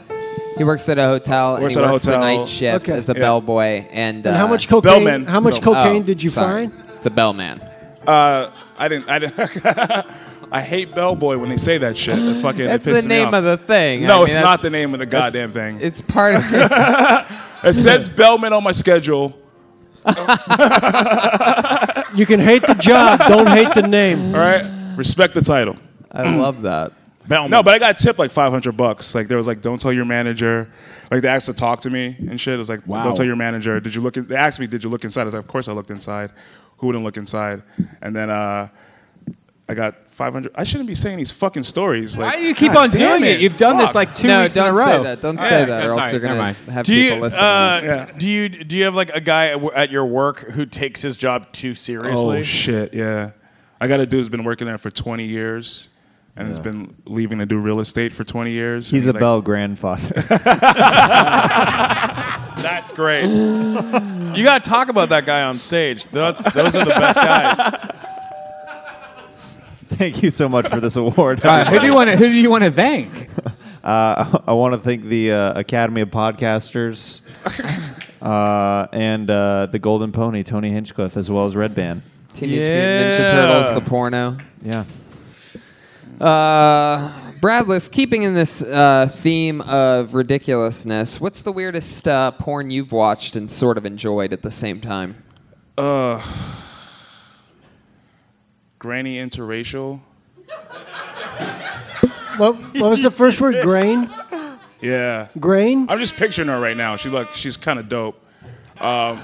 he works at a hotel Works at and he a works the hotel. night shift Okay. as a Yeah. bellboy and, And uh, how much cocaine? Bellman. How much Bellman. cocaine oh, did you sorry. find? It's a bellman. Uh, I didn't. I didn't. I hate Bellboy when they say that shit. It fucking. That's it pisses the me name off. of the thing. I No, mean, it's that's- not the name of the goddamn thing. It's part of it. It says Bellman on my schedule. You can hate the job. Don't hate the name. All right, respect the title. I love that. Bellman. No, but I got tipped like 500 bucks. Like there was like, don't tell your manager. Like they asked to talk to me and shit. It was like, don't tell your manager. Did you look? In-? They asked me, did you look inside? I was like, of course I looked inside. Who wouldn't look inside? And then uh, I got 500. I shouldn't be saying these fucking stories. Like, Why do you keep on God damn doing it? You've done this like two no, weeks don't in a row. say that. Don't say that, or else sorry, you're never gonna mind. have Do you, people listen. uh, Yeah. do you do you have like a guy at w- at your work who takes his job too seriously? Oh shit, yeah. I got a dude who's been working there for 20 years. And has been leaving to do real estate for 20 years. He's And a like, Bell grandfather. That's great. you got to talk about that guy on stage. That's, those are the best guys. Thank you so much for this award. Uh, who do you want? Who do you want to thank? Uh, I want to thank the uh, Academy of Podcasters uh, and uh, the Golden Pony, Tony Hinchcliffe, as well as Red Band. Teenage Mutant Ninja Turtles, Yeah. the porno. Yeah. Uh, Bradless, keeping in this uh, theme of ridiculousness, what's the weirdest uh, porn you've watched and sort of enjoyed at the same time? Uh, Granny interracial. What, what was the first word? Grain. Yeah. Grain? I'm just picturing her right now. She's like, she's kind of dope. Um,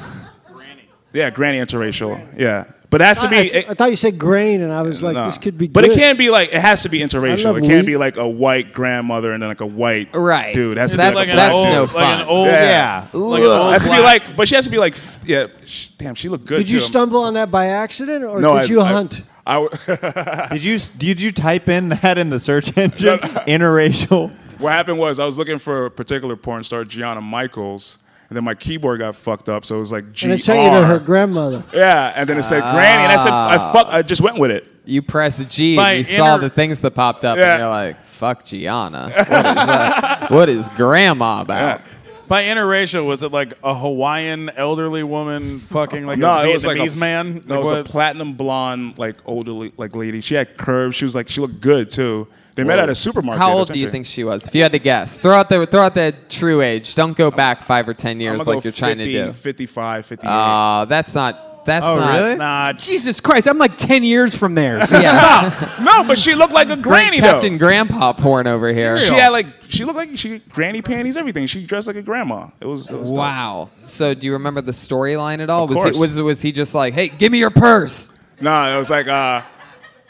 yeah, granny interracial. Yeah, but it has to I, be. I- I thought you said grain, and I was like, Nah. this could be. But good. it can't be like it has to be I love interracial. It can't wheat. be like a white grandmother and then like a white Right. dude. It has to That's- be like a that's black no dude. Like an fun. old- yeah. Like Ugh. an old has to be black- like, but she has to be like, f- yeah. sh- damn, she looked good. Did you too. stumble on that by accident, or No, did I- you I- hunt? I w- Did you did you type in that in the search engine? Interracial. what happened was I was looking for a particular porn star, Gianna Michaels, and then my keyboard got fucked up, so it was like G and R. I sent you to her grandmother. Yeah, and then it said Granny, and I said, I fuck, I just went with it. Ah. You press G By and you saw inter- the things that popped up, Yeah. and you're like, "Fuck Gianna. What is, that? what is Grandma about?" By interracial, was it like a Hawaiian elderly woman fucking like a no, Vietnamese it was like a man? No, Like, it was what- a platinum blonde, like older, la- like lady. She had curves. She was like, she looked good too. They met Whoa. at a supermarket. How old do you essentially. think she was? If you had to guess, throw out the throw out the true age. Don't go back five or ten years I'ma like go you're trying 50, to do. 55, 58. Uh, that's not. That's Oh, not. really? Nah, Jesus Christ, I'm like 10 years from there. So Yeah. Stop! No, but she looked like a Great granny though. Captain Grandpa porn over here. She had like she looked like she granny panties, everything. She dressed like a grandma. It was, it was dope. Wow. So do you remember the storyline at all? Of was course. he was was he just like, "Hey, give me your purse"? No, it was like uh,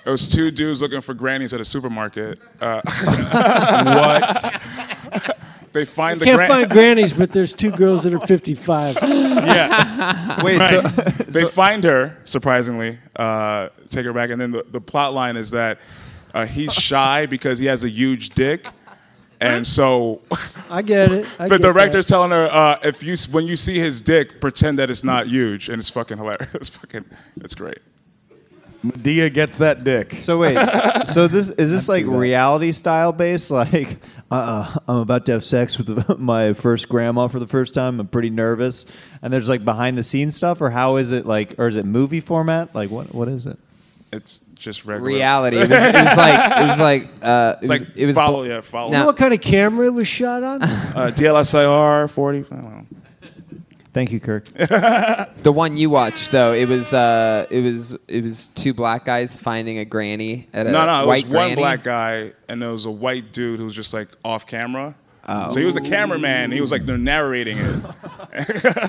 it was two dudes looking for grannies at a supermarket. Uh, what? they find the Can't gran- find grannies, but there's two girls that are 55. Wait, so they find her surprisingly uh, take her back and then the, the plot line is that uh, he's shy because he has a huge dick and so I get it. I the get that. director's telling her uh, if you s- when you see his dick pretend that it's not huge and it's fucking hilarious it's fucking it's great Medea gets that dick. so wait, s- so this is this like reality style based? Like, uh, uh I'm about to have sex with my first grandma for the first time. I'm pretty nervous. And there's like behind the scenes stuff, or how is it like, or is it movie format? Like, what what is it? it's just regular Reality. It was, it was like it was like uh, it was like it was follow- bl- yeah, follow. You know No, what kind of camera it was shot on? uh, DLSIR 40 I don't know. Thank you, Kirk. the one you watched though, it was uh, it was it was two black guys finding a granny at a no no it white was one granny. black guy and there was a white dude who was just like off camera so he was a cameraman and he was like they're narrating it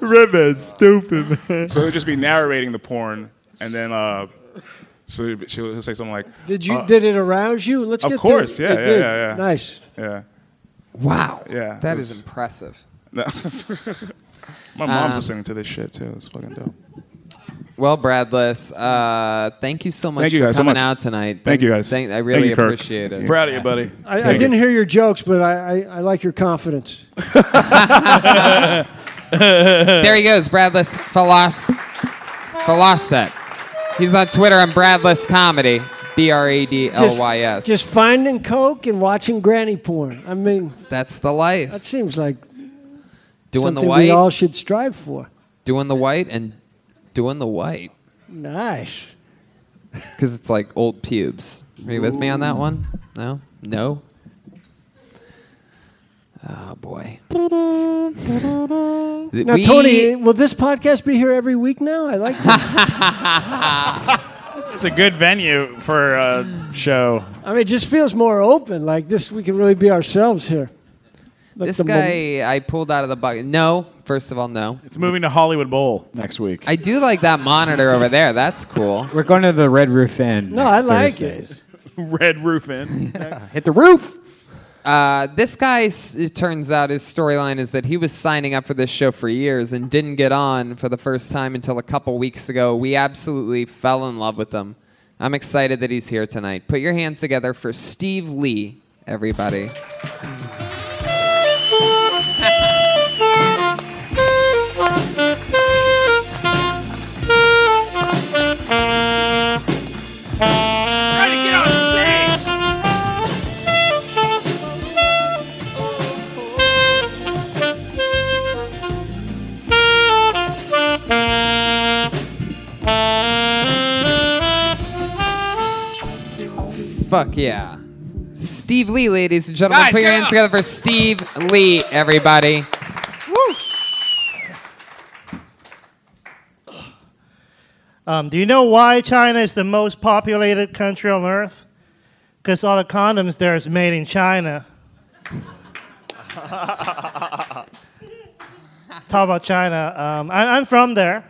Ribbon's stupid, man. So he'll just be narrating the porn, and then uh, so he'll, he'll say something like, Did you? Uh, did it arouse you? Let's of get course, to it. yeah, It yeah, did. yeah, yeah. Nice. "Yeah, Wow. yeah." That it is impressive. was- My mom's Um, listening to this shit too. It's fucking dope. Well, Bradless, uh, thank you so much Thank you for guys so coming much. out tonight. Thank you, Thanks- guys. Thank, I Thank really you, Kirk. appreciate it. Proud of you, buddy. I, I didn't hear your jokes, but I, I, I like your confidence. There he goes, Bradless Philos Philosset. He's on Twitter on Bradless Comedy. B R A D L Just, Y S. just finding coke and watching granny porn. I mean, That's the life. that seems like doing the something white, we all should strive for. doing the white, and doing the white. Nice. Because it's like old pubes. Are you with me on that one? No? No? Oh, boy. Now, Tony, will this podcast be here every week now? I like this. This is a good venue for a show. I mean, it just feels more open. Like this, we can really be ourselves here. Like This the mo- guy, I pulled out of the bucket. No. First of all, no. It's moving to Hollywood Bowl next week. I do like that monitor over there. That's cool. we're going to the Red Roof Inn. No, next I like it. Thursdays. Red Roof Inn. Hit the roof. Uh, this guy, s- it turns out his storyline is that he was signing up for this show for years and didn't get on for the first time until a couple weeks ago. We absolutely fell in love with him. I'm excited that he's here tonight. Put your hands together for Steve Lee, everybody. Fuck yeah. Steve Lee, ladies and gentlemen. Put your hands together for Steve Lee, everybody. Um, do you know why China is the most populated country on earth? because all the condoms there is made in China. Talk about China. Um, I, I'm from there.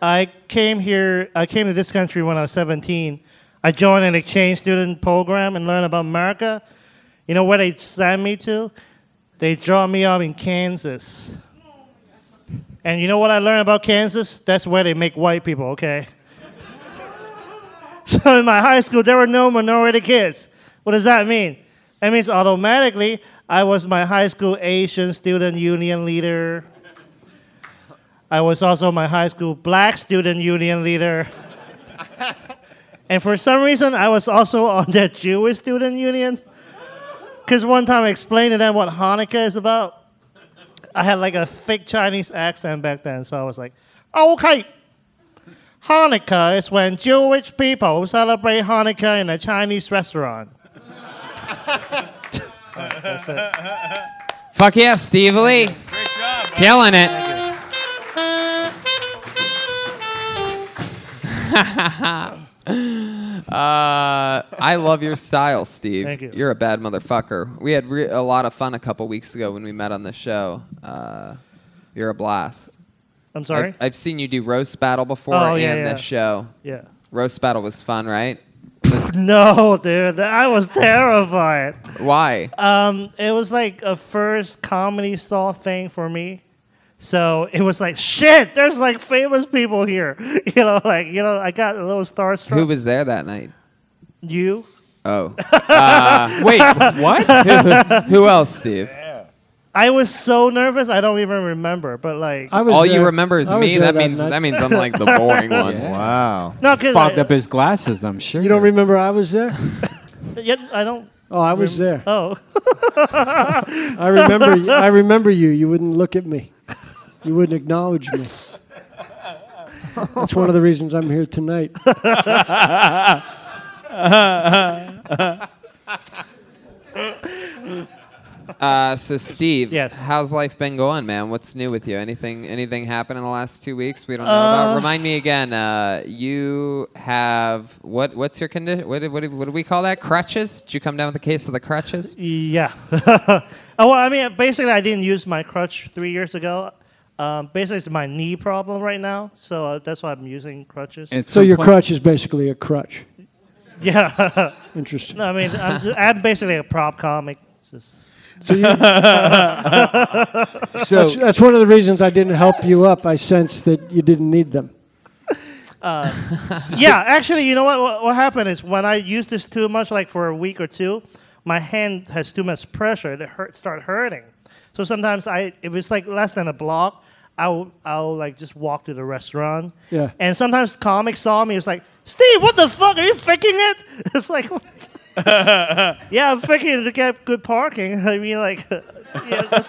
I came here. I came to this country when I was 17. I joined an exchange student program and learned about America. You know where they sent me to? They draw me up in Kansas. And you know what I learned about Kansas? That's where they make white people. Okay. So in my high school, there were no minority kids. What does that mean? That means automatically I was my high school Asian student union leader. I was also my high school black student union leader. and for some reason, I was also on that Jewish student union. Because one time I explained to them what Hanukkah is about. I had like a thick Chinese accent back then, so I was like, okay. Hanukkah is when Jewish people celebrate Hanukkah in a Chinese restaurant. That's it. Fuck yeah, Steve Lee. Great job. Killing it. uh, I love your style, Steve. Thank you. You're a bad motherfucker. We had re- a lot of fun a couple weeks ago when we met on the show. Uh, you're a blast. I'm sorry? I've, I've seen you do roast battle before Oh, yeah, and yeah. this show. Yeah. Roast battle was fun, right? No, dude, I was terrified. Why? Um, it was like a first comedy stall thing for me. So it was like, shit, there's like famous people here. You know, like, you know, I got a little starstruck. Who was there that night? you? Oh. Uh, Wait, what? who, who else, Steve? I was so nervous, I don't even remember. But like, I was All there. you remember is I was me. there That means night. that means I'm like the boring one. Wow. no, because Fogged I, up his glasses, I'm sure. You don't remember I was there? yeah, I don't. Oh, I was there. Oh, I remember. y- I remember you. You wouldn't look at me. You wouldn't acknowledge me. That's one of the reasons I'm here tonight. Uh, so Steve, Yes. how's life been going, man? What's new with you? Anything anything happened in the last two weeks? We don't know Uh, about. Remind me again. Uh, you have what? What's your condition? What, do- what, do- what do we call that? Crutches? Did you come down with the case of the crutches? yeah. oh, well, I mean, basically, I didn't use my crutch three years ago. Um, basically, it's my knee problem right now, so uh, that's why I'm using crutches. And it's So from your pla- crutch is basically a crutch. yeah. Interesting. no, I mean, I'm, just, I'm basically a prop comic. Just So you, that's, So that's one of the reasons I didn't help you up. I sensed that you didn't need them. Uh, yeah, actually, you know what, what? What happened is when I used this too much, like for a week or two, my hand has too much pressure. It hurt, start hurting. So sometimes I, if it's like less than a block, I'll, I'll like just walk to the restaurant. Yeah. And sometimes comics saw me. It's like, Steve, what the fuck are you faking it? It's like, what? yeah, I'm faking it to get good parking. I mean, like, yeah, that's,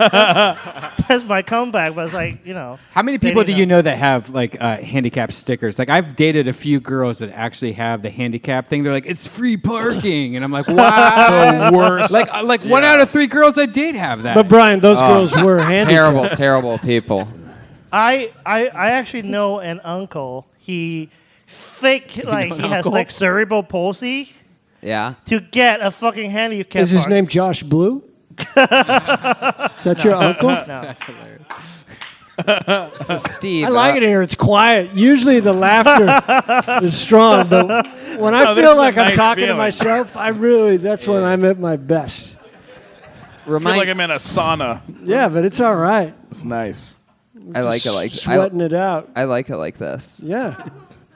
that's my comeback. But it's like, you know, How many They people do didn't you know that have like uh, handicap stickers? Like I've dated a few girls that actually have the handicap thing. They're like, "It's free parking," and I'm like, "Wow, worst." Like, uh, like one out of three girls I date have that. But Brian, those girls were handy. Oh. Terrible, terrible people. I, I I actually know an uncle. He fake like he has like cerebral palsy Yeah. to get a fucking handicap. Is his card. name Josh Blue? Is that your uncle? That's hilarious. So Steve, I like uh, it here. It's quiet. Usually the laughter is strong, but when I No, this feel is a like I'm nice talking to feeling. myself, I really, that's when I'm at my best. I feel Remind, like I'm in a sauna. Yeah, but it's all right. It's nice. I like it like I, Sweating it out. I like it like this. Yeah.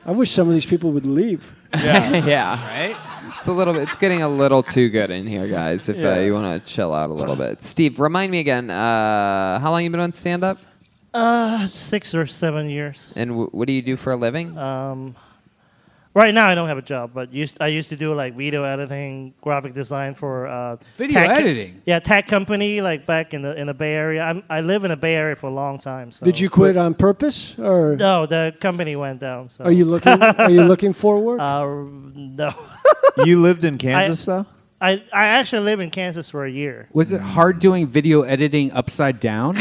I wish some of these people would leave. yeah. Right? It's a little bit. It's getting a little too good in here, guys. If uh, Yeah. you want to chill out a little bit, Steve, remind me again. Uh, how long you been on stand up, Uh, six or seven years. and w- what do you do for a living? Um, right now I don't have a job, but used I used to do like video editing, graphic design for uh, Video tech- editing? Yeah, tech company like back in the in the Bay Area. I'm, I live in the Bay Area for a long time. So. Did you quit on purpose, or No, the company went down. So are you looking? Are you looking for work? Uh, no. You lived in Kansas, though? I, I actually live in Kansas for a year. Was it hard doing video editing upside down?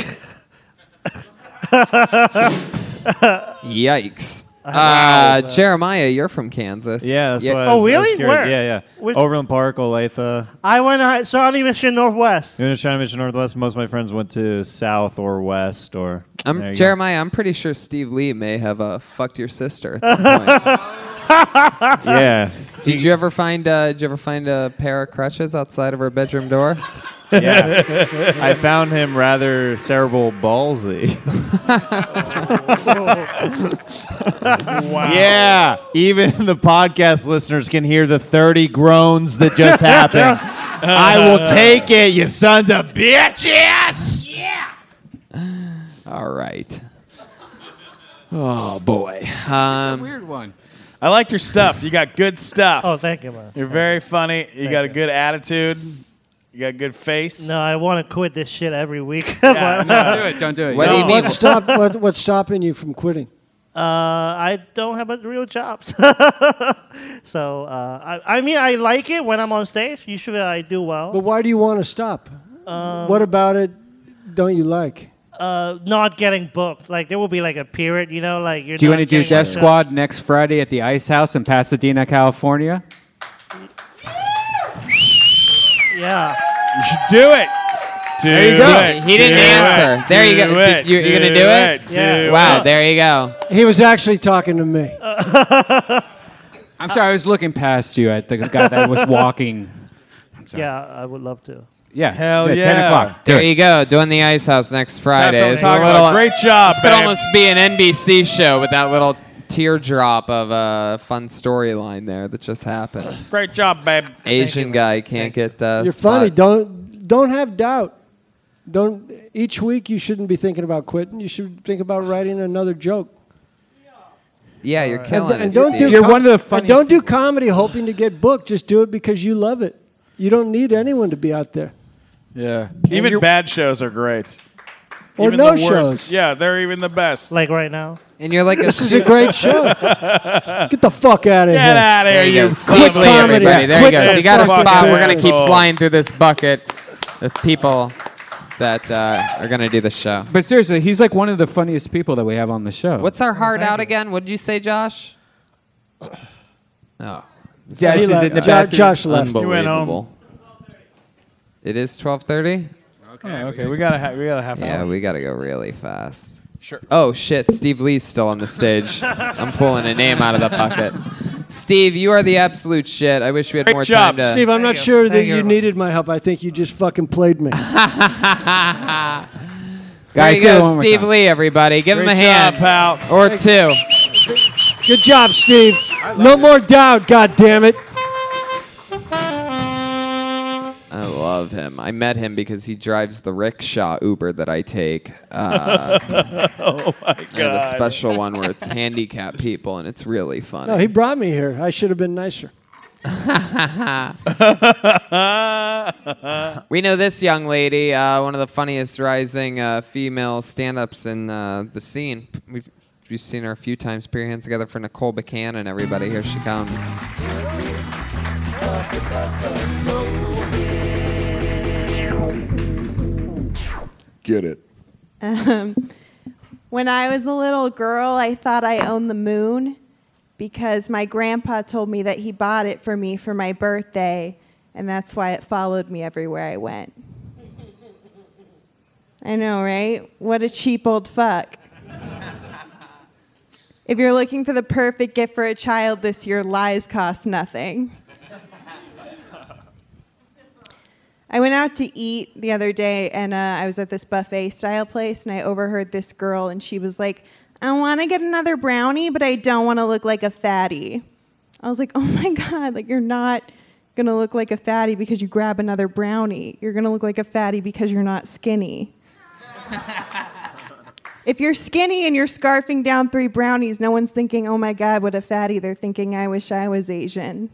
Yikes! Uh, Jeremiah, you're from Kansas. Yeah, that's why. I Oh, was- I was really? scared. Where? Yeah, yeah. Which- Overland Park, Olathe. I went to high, so I live in Shit Northwest. You went to China Mission Northwest. Most of my friends went to South or West or. There I'm, you go. Jeremiah, I'm pretty sure Steve Lee may have uh, fucked your sister at some point. Yeah. Did you ever find uh, Did you ever find a pair of crutches outside of her bedroom door? yeah. I found him rather cerebral ballsy. Wow. Yeah. Even the podcast listeners can hear the 30 groans that just happened. I will take it, you sons of bitches. Yeah. All right. Oh boy. Um, Weird one. I like your stuff. You got good stuff. Oh, thank you, man. You're very funny. You Thank got a you. good attitude. You got a good face. No, I want to quit this shit every week. Yeah, but, no. uh, Don't do it, don't do it. What What do you mean? What's, stop, what, what's stopping you from quitting? Uh, I don't have a real job, so uh, I, I mean I like it when I'm on stage. Usually I do But well. why do you want to stop? Um, what about it don't you like? uh, not getting booked. Like there will be like a period, you know, like you're. Do you not want to do getting Death booked. Squad next Friday at the Ice House in Pasadena, California? Yeah. You should do it. Do There you go. it. He didn't Do answer. it. There you Do go. it. You- you're gonna do it? Do Wow, it. there you go. He was actually talking to me. Uh, I'm sorry, I was looking past you at the guy that was walking. Yeah, I would love to. Oh, Yeah, Hell Ten yeah. o'clock. There you go, doing the Ice House next Friday. That's what I'm It's talking a little- about. Great job, This could babe. almost be an NBC show with that little teardrop of a fun storyline there that just happened. Great job, babe. Asian guy can't get uh, You're spot. funny. Don't don't have doubt. Don't each week you shouldn't be thinking about quitting. You should think about writing another joke. Yeah, you're killing and, it. and don't do Steve. You're one of the and funniest Don't do comedy hoping to get booked. Just do it because you love it. You don't need anyone to be out there. Yeah. Even you're- bad shows are great. Or even no the worst. shows. Yeah, they're even the best. Like right now. and you're like a This is a great show. Get the fuck out of here. Get out of here, There you you go. Steve Lee, comedy. everybody. There you Quick go. So you got a fucking spot. We're gonna keep asshole. flying through this bucket of people that uh, are gonna do the show. But seriously, he's like one of the funniest people that we have on the show. What's our hard out again? What did you say, Josh? Oh, Yeah, He this is left. in the Jo- bathroom. Josh left. unbelievable. went home. It is twelve thirty. Oh, okay, we got a ha- we got a half Yeah, hour. we gotta go really fast. Sure. Oh shit, Steve Lee's still on the stage. I'm pulling a name out of the bucket. Steve, you are the absolute shit. I wish we had Great more job, time to. Steve, I'm not Thank you. sure that Thank you. you needed my help. I think you just fucking played me. there Guys, you give it one go, more Steve time. Lee. Everybody, give him a Great job, pal. hand or two. Good job, Steve. No more doubt. God damn it. I love him. I met him because he drives the rickshaw Uber that I take. Uh, I have a special one where it's handicapped people, and it's really funny. No, he brought me here. I should have been nicer. We know this young lady, uh, one of the funniest rising uh, female stand-ups in uh, the scene. We've, we've seen her a few times. Put your hands together for Nicole Buchanan, everybody. Here she comes. Get it. Um, When I was a little girl, I thought I owned the moon because my grandpa told me that he bought it for me for my birthday, and that's why it followed me everywhere I went. I know, right? What a cheap old fuck. If you're looking for the perfect gift for a child this year, lies cost nothing. I went out to eat the other day, and uh, I was at this buffet style place, and I overheard this girl, and she was like, "I want to get another brownie, but I don't want to look like a fatty." I was like, "Oh my god! Like you're not gonna look like a fatty because you grab another brownie. You're gonna look like a fatty because you're not skinny." if you're skinny and you're scarfing down three brownies, no one's thinking, "Oh my god, what a fatty!" They're thinking, "I wish I was Asian."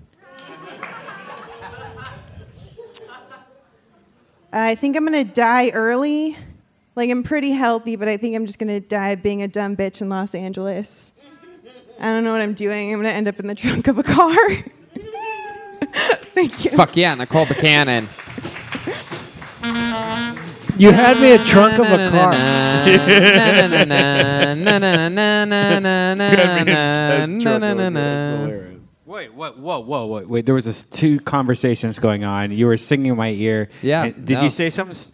I think I'm gonna die early. Like I'm pretty healthy, but I think I'm just gonna die being a dumb bitch in Los Angeles. I don't know what I'm doing. I'm gonna end up in the trunk of a car. Thank you. Fuck yeah, Nicole Buchanan. You had me a trunk of a car. Wait, what? Whoa, whoa, whoa! Wait, there was this two conversations going on. You were singing in my ear. Yeah, And Did no. you say something? s-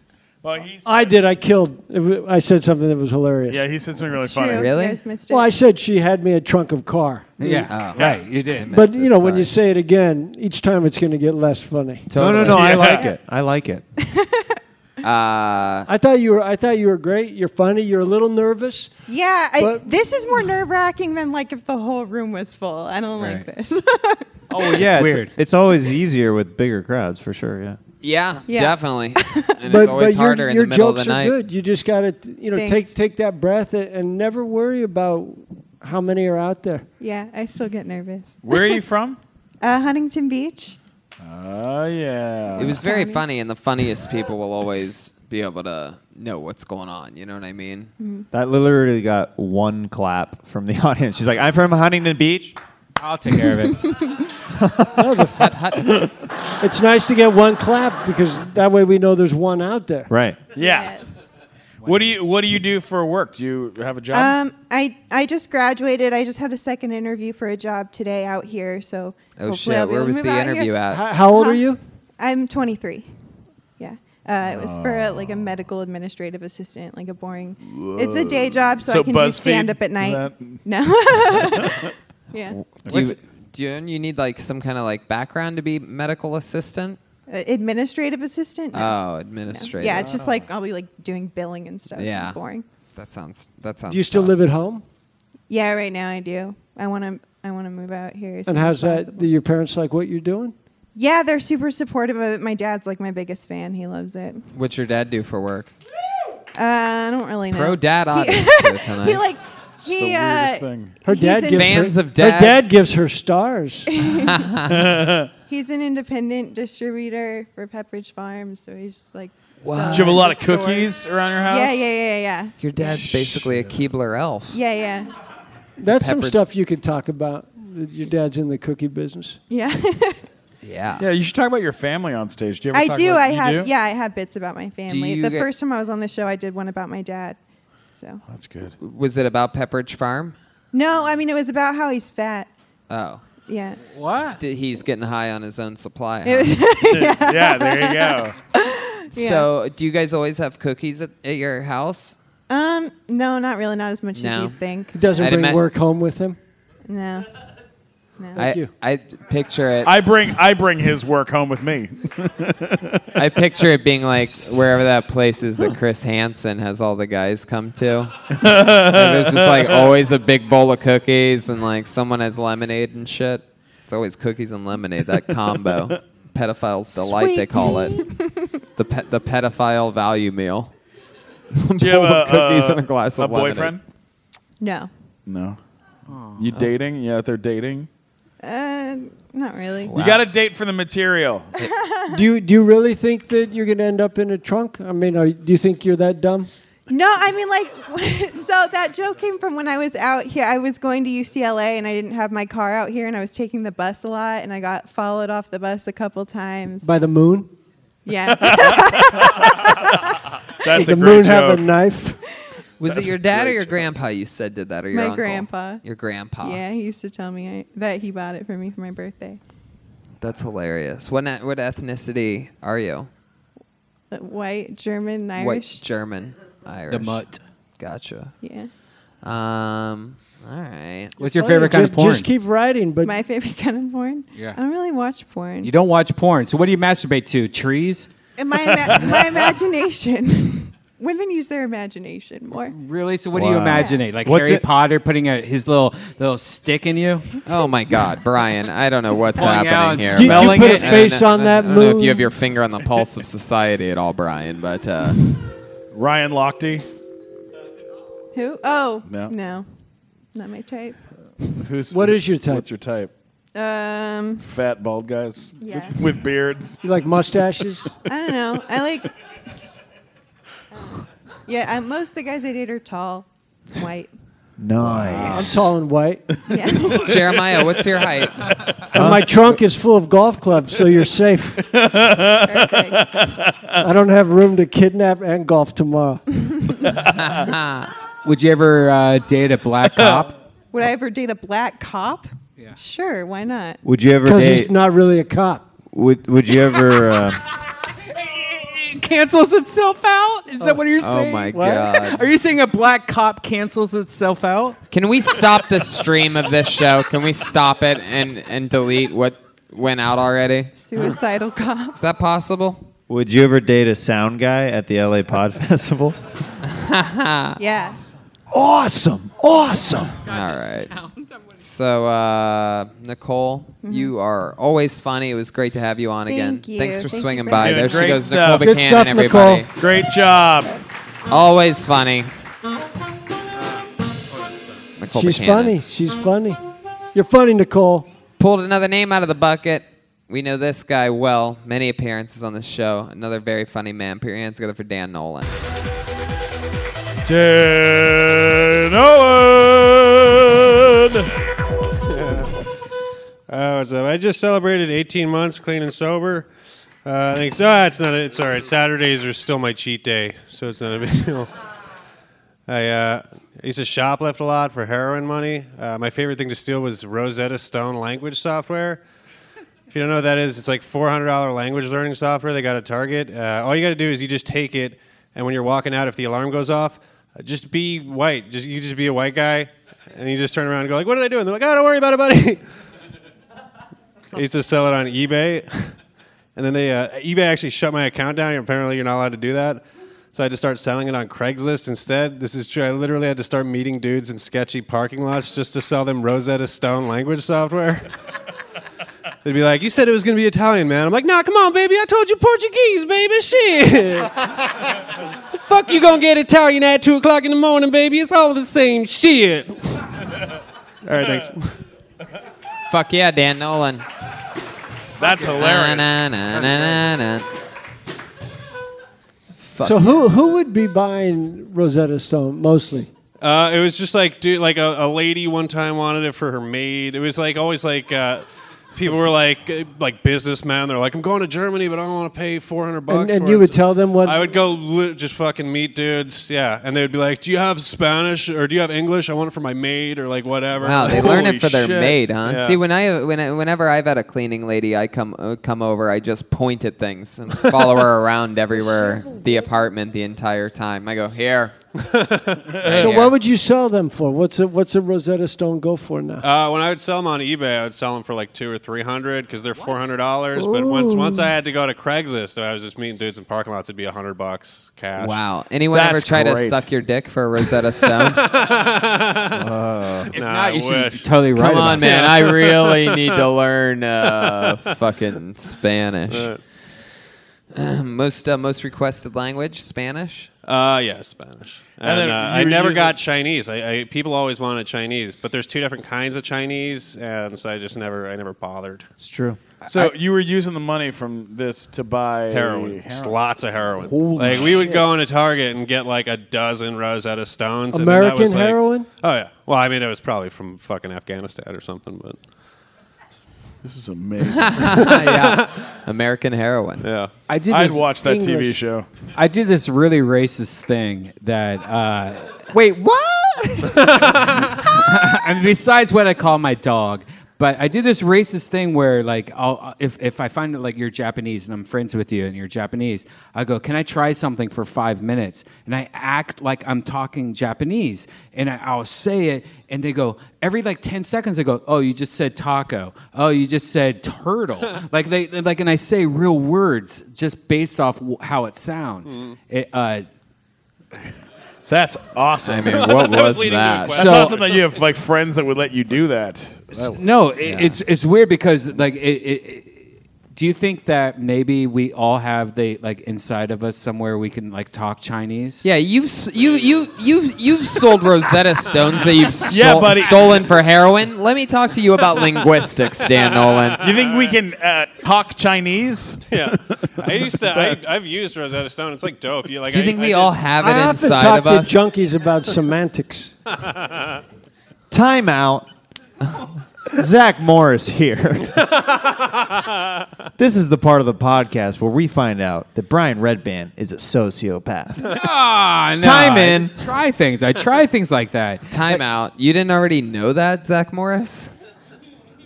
I did. I killed. it wa- I said something that was hilarious. Yeah, he said something really It's funny. true. Really? You guys Well, I said she had me a trunk of car. oh, Yeah. Yeah. Right. You did. But you know, when you say it again, each time it's going to get less funny. No, no, no. I like it. I like it. uh, I thought you were. I thought you were great. You're funny. You're a little nervous. Yeah, I, But- this is more nerve wracking than like if the whole room was full. I don't like this. Oh yeah, It's it's, weird. it's always easier with bigger crowds for sure. Yeah. Yeah, Yeah. definitely. And but it's always but your- harder in your the middle of jokes the night. are good. You just got to you know Thanks. take take that breath and, and never worry about how many are out there. yeah, I still get nervous. Where are you from? Uh, Huntington Beach. Oh yeah. It was very Funny. funny, and the funniest people will always be able to know what's going on. You know what I mean? That literally got one clap from the audience. She's like, "I'm from Huntington Beach." I'll take care of it. No, the fu- it's nice to get one clap because that way we know there's one out there. Right. Yeah. What do you What do you do for work? Do you have a job? Um, I I just graduated. I just had a second interview for a job today out here. So Oh, hopefully shit. I'll be Where able to was move the out interview here. at? How- how old are Huh? you? I'm 23. Yeah. Uh, it was for a, Oh. like a medical administrative assistant, like a boring. It's a day job, so, So I can BuzzFeed do stand up at is night. that- No. yeah. Do you, do you, you need like some kind of like background to be medical assistant? Uh, administrative assistant. No. Oh, administrative. Oh. Yeah, it's just like I'll be like doing billing and stuff. yeah. It's boring. That sounds. That sounds. Do you still live at home? Yeah, right now I do. I want to. I want to move out here. as soon And as how's possible. that? Do your parents like what you're doing? Yeah, they're super supportive of it. My dad's like my biggest fan. He loves it. What's your dad do for work? Uh, I don't really know. Pro dad He- audience here tonight. he like the he weirdest uh, thing. Her he's dad an- gives Fans her, of dads. Her dad gives her stars. he's an independent distributor for Pepperidge Farms, so he's just like. Wow. selling Do you have a at lot the of store. cookies around your Yeah, house? yeah, yeah, yeah, Your dad's basically a Keebler elf. yeah, yeah, That's some Peppered- stuff you could talk about. that Your dad's in the cookie business. yeah. Yeah. Yeah, you should talk about your family on stage. Do you ever I talk do. about- I you have. do? Yeah, I have bits about my family. you The get- first time I was on the show, I did one about my dad. So That's good. Was it about Pepperidge Farm? no, I mean it was about how he's fat. Oh. Yeah. What? He's getting high on his own supply. It huh? was- yeah, there you go. So, do you guys always have cookies at, at your house? Um, no, not really. Not as much as No. you'd think. He doesn't I'd bring ima- work home with him. No. I, you. I picture it. I bring I bring his work home with me. I picture it being like wherever that place is that Chris Hansen has all the guys come to. And there's just like always a big bowl of cookies and like someone has lemonade and shit. It's always cookies and lemonade, that combo. Pedophile's delight, they call it. The, pe- the pedophile value meal. a Do you have bowl of a, cookies uh, and a glass a of lemonade. boyfriend? No. No. You dating? Yeah, they're dating. Uh, not really. You got to date for the material. do you do you really think that you're going to end up in a trunk? I mean, are, do you think you're that dumb? No, I mean like, so that joke came from when I was out here. I was going to UCLA and I didn't have my car out here, and I was taking the bus a lot, and I got followed off the bus a couple times. By the moon? yeah. That's Does the a great moon joke. have a knife? Was it your dad or your grandpa you said did that or your My uncle? grandpa. Your grandpa. yeah, he used to tell me I, that he bought it for me for my birthday. That's hilarious. What, na- what ethnicity are you? But White, German, and White, Irish. German, Irish. mutt. Gotcha. Yeah. Um. All right. What's your favorite kind of Just- porn? Just keep writing, but My favorite kind of porn. Yeah. I don't really watch porn. you don't watch porn, so what do you masturbate to? Trees? And my ima- my imagination. Women use their imagination more. Really? So what do you Wow. imagine? Like What's Harry it- Potter putting a, his little little stick in you? Oh my God, Brian! I don't know what's Pulling out and happening here. Did you smelling put a it. I don't face know- on that I don't know if moon? you have your finger on the pulse of society at all, Brian. But uh, Ryan Lochte. Who? Oh, No. no. Not my type. Who's What is your type? What's your type? Um, Fat bald guys with- Yeah. with, beards. you like mustaches? I don't know. I like. Yeah, I, most of the guys I date are tall, white. Nice. I'm tall and white. Jeremiah, what's your height? And my trunk is full of golf clubs, so you're safe. I don't have room to kidnap and golf tomorrow. Would you ever uh, date a black cop? Would I ever date a black cop? Yeah. Sure, why not? Would you ever Because date? he's not really a cop. Would Would you ever? Uh, It cancels itself out? Is that what you're Oh saying? my What? God. Are you saying a black cop cancels itself out? Can we stop the stream of this show? Can we stop it and, and delete what went out already? Suicidal cop. Is that possible? would you ever date a sound guy at the LA Pod Festival? yeah. Awesome. Awesome. All right. So, uh, Nicole, you are always funny. It was great to have you on again. Mm-hmm. Thank you. Thanks for Thank swinging you by. very There much. she Great goes, stuff. Nicole Good Buchanan, stuff, everybody. Nicole. Great job. Always funny. Nicole She's Buchanan. funny. She's funny. You're funny, Nicole. Pulled another name out of the bucket. We know this guy well. Many appearances on the show. Another very funny man. Put your hands together for Dan Nolan. Dan Owen. Uh, what's up? I just celebrated 18 months clean and sober. Uh, thanks. Ah, it's not. It's all right. Saturdays are still my cheat day, so it's not a big deal. I uh, used to shoplift a lot for heroin money. Uh, my favorite thing to steal was Rosetta Stone language software. If you don't know what that is, it's like $400 language learning software they got at Target. Uh, all you got to do is you just take it, and when you're walking out, if the alarm goes off, uh, just be white. Just you just be a white guy, and you just turn around and go like, "What did I do?" And they're like, "Oh, don't worry about it, buddy." I used to sell it on eBay, and then they uh, eBay actually shut my account down. Apparently, you're not allowed to do that, so I had to start selling it on Craigslist instead. This is true. I literally had to start meeting dudes in sketchy parking lots just to sell them Rosetta Stone language software. They'd be like, "You said it was gonna be Italian, man." I'm like, "Nah, come on, baby. I told you Portuguese, baby. Shit. The Fuck, you gonna get Italian at two o'clock in the morning, baby? It's all the same shit." all right, thanks. Fuck yeah, Dan Nolan. That's hilarious. Na, na, na, na, na. Fuck so who who would be buying Rosetta Stone mostly? Uh, it was just like, dude, like a, a lady one time wanted it for her maid. It was like always like uh, people were like uh, like businessmen. They're like, I'm going to Germany, but I don't want to pay 400 bucks. And, and for you it. would tell them what? I would go li- just fucking meet dudes, yeah, and they'd be like, "Do you have Spanish or do you have English? I want it for my maid or like whatever." Wow, Like, they learn holy it for their shit. maid, huh? Yeah. See, when I, when I, whenever I've had a cleaning lady, I come uh, come over. I just point at things and follow her around everywhere, the apartment, the entire time. I go here. so what would you sell them for? What's a what's a Rosetta Stone go for now? Uh, when I would sell them on eBay, I would sell them for like two or three hundred because they're four hundred dollars. But once Ooh. once I had to go to Craigslist, and I was just meeting dudes in parking lots. It'd be hundred bucks cash. Wow. Anyone ever try to suck your dick for a Rosetta Stone? If Nah, not, I you should wish. be totally right Come about on, that. man. I really need to learn uh, fucking Spanish. most uh, most requested language, Spanish. Uh, yeah, Spanish. And And, then uh, you I were never using- got Chinese. I, I people always wanted Chinese, but there's two different kinds of Chinese, and so I just never, I never bothered. It's true. So you were using the money from this to buy Heroin, just lots of heroin. Holy like we would shit. go into Target and get like a dozen Rosetta Stones. and then that American was, like- heroin? Oh yeah. Well, I mean, it was probably from fucking Afghanistan or something, but This is amazing. yeah. American heroin. Yeah. I did. I'd this- watch that TV show. I did this really racist thing that. Uh, Wait, what? I mean, besides what I call my dog, but I do this racist thing where, like, I'll if if I find that like you're Japanese and I'm friends with you and you're Japanese, I go, "Can I try something for five minutes?" And I act like I'm talking Japanese, and I, I'll say it, and they go every like ten seconds. They go, "Oh, you just said taco. Oh, you just said turtle." like they like, and I say real words just based off w- how it sounds. Mhm. It, uh, That's awesome. I mean, what That was was leading to a that? That's So- awesome that you have like friends that would let you do that. S- no, i- it's it's weird because like it, it, it- Do you think that maybe we all have the like inside of us somewhere we can like talk Chinese? Yeah, you've s- you you you you've sold Rosetta Stones that you've Yeah, stol- buddy. stolen for heroin. Let me talk to you about linguistics, Dan Nolan. You think we can uh, talk Chinese? Yeah, I used to. I, I've used Rosetta Stone. It's like dope. You like? Do you I, think I we did- all have it I often talk to junkies about semantics. Time out. Zach Morris here. this is the part of the podcast where we find out that Brian Redband is a sociopath. Ah, no, Time I in. just try things. I try things like that. Time out. You didn't already know that, Zach Morris?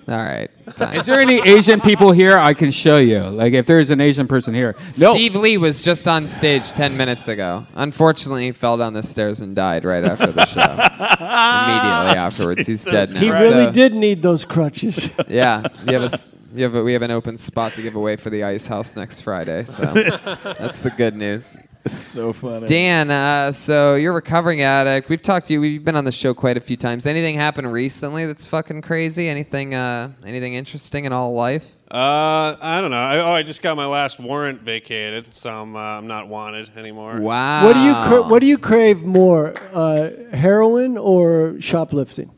All right. fine. Is there any Asian people here? I can show you. Like if there's an Asian person here, no. Steve Lee was just on stage 10 minutes ago. Unfortunately, he fell down the stairs and died right after the show. Immediately afterwards. He's dead now. He really so- did need those crutches. Yeah. You have a s you have a, we have an open spot to give away for the Ice House next Friday. So that's the good news. It's so funny. Dan, uh, so you're a recovering addict. We've talked to you. We've been on the show quite a few times. Anything happened recently that's fucking crazy? Anything, uh, anything interesting in all life? Uh, I don't know. I, oh, I just got my last warrant vacated, so I'm, uh, I'm not wanted anymore. Wow. What do you cra- What do you crave more, uh, heroin or shoplifting?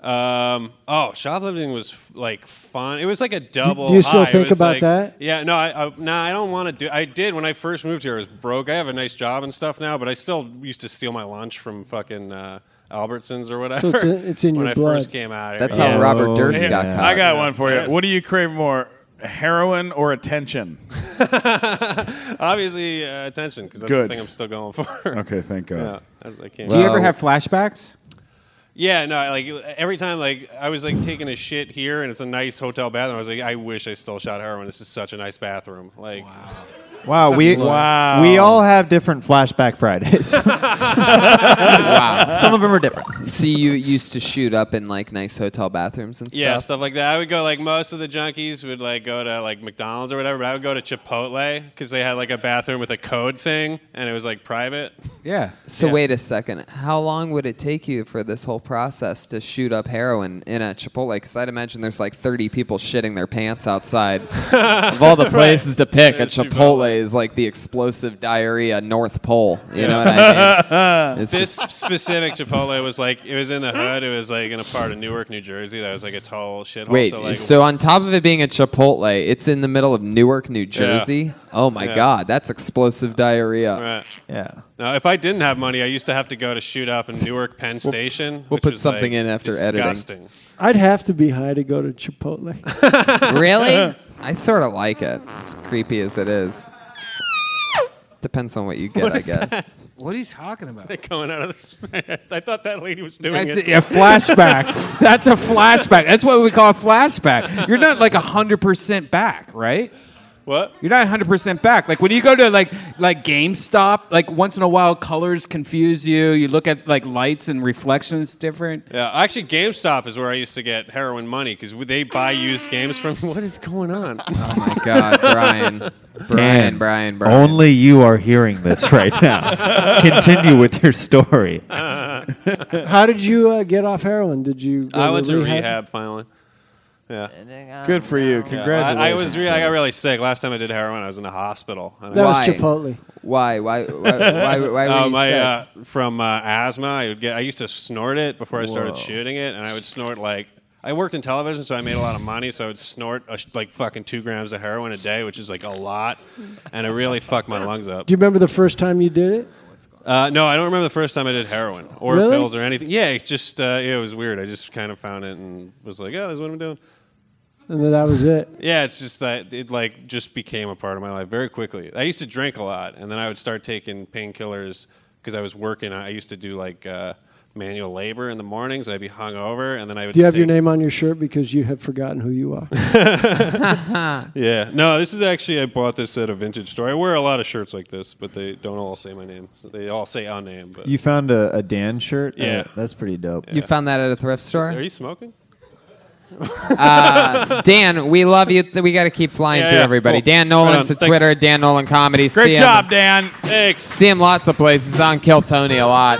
Um. Oh, shoplifting was f- like fun. It was like a double. do you still high. It think was about like- that? Yeah. No. I. I no. I don't want to do. I did when I first moved here. I was broke. I have a nice job and stuff now, but I still used to steal my lunch from fucking uh, Albertsons or whatever. So it's in- it's in when your I blood. first came out. Here. That's how Robert Durst yeah. got Yeah. caught. I got one for you. Yes. What do you crave more, heroin or attention? Obviously, uh, attention because that's Good. the thing I'm still going for. Okay, thank God. Yeah, that's- I can't. Do you ever have flashbacks? Yeah, no, I, like every time, like I was like taking a shit here, and it's a nice hotel bathroom. I was like, I wish I still shot heroin. This is such a nice bathroom. Like, Wow, we Wow. we all have different flashback Fridays. wow. Some of them are different. See, you used to shoot up in like nice hotel bathrooms and yeah, stuff. stuff like that. I would go like most of the junkies would like go to like McDonald's or whatever, but I would go to Chipotle because they had like a bathroom with a code thing, and it was like private. Yeah. So Yeah. wait a second. How long would it take you for this whole process to shoot up heroin in a Chipotle? Because I'd imagine there's like 30 people shitting their pants outside. of all the places to pick, a There's Chipotle, Chipotle. is like the explosive diarrhea North Pole. You know what I mean? It's this specific Chipotle was like it was in the hood. It was like in a part of Newark, New Jersey. That was like a tall shithole. Wait, so, so, like, on top of it being a Chipotle, it's in the middle of Newark, New Jersey. Oh my Yeah. God, that's explosive diarrhea. right. Yeah. Now, if I didn't have money, I used to have to go to shoot up in Newark Penn Station. we'll which put was, something like, in after editing. disgusting. I'd have to be high to go to Chipotle. really? I sort of like it. As creepy as it is. Depends on what you get, I guess. What are you talking about? Coming out of the, I thought that lady was doing That's it. a, a flashback. That's a flashback. That's what we call a flashback. You're not like 100% back, right? What? You're not 100% back. Like when you go to like like GameStop, like once in a while colors confuse you. You look at like lights and reflections different. Yeah, actually, GameStop is where I used to get heroin money because they buy used games from. What is going on? Oh my God, Brian. Brian, Brian, Brian. Only you are hearing this right now. Continue with your story. How did you uh, get off heroin? Did you? go I went to rehab finally. Yeah, Good for you. Congratulations. I, I was re- I got really sick last time I did heroin. I was in the hospital. I don't That know. Why? was Chipotle. Why? Why? Why? Why? Why were Uh, you my sick? uh, from uh, asthma, I would get. I used to snort it before I started shooting it, and I would snort like. I worked in television, so I made a lot of money. So I would snort a, sh- like fucking two grams of heroin a day, which is like a lot, and it really fucked my lungs up. Do you remember the first time you did it? Uh, no, I don't remember the first time I did heroin or Really? pills or anything. Yeah, it just uh, yeah, it was weird. I just kind of found it and was like, oh, this is what I'm doing. And then that was it. Yeah, it's just that it like just became a part of my life very quickly. I used to drink a lot, and then I would start taking painkillers because I was working. I used to do like uh, manual labor in the mornings. I'd be hungover, and then I would. Do you have your take- name on your shirt because you have forgotten who you are? Yeah, no, this is actually I bought this at a vintage store. I wear a lot of shirts like this, but they don't all say my name. They all say our name. But You found a, a Dan shirt? Yeah. Uh, that's pretty dope. you found that at a thrift are store, you smoking? uh, Dan. We love you. Th- We got to keep flying Yeah, through yeah, everybody. cool. Dan Right on. Nolan's at Thanks. Twitter. Dan Nolan comedy. Great See job, Him, Dan. Thanks. see him lots of places. On Kill Tony a lot.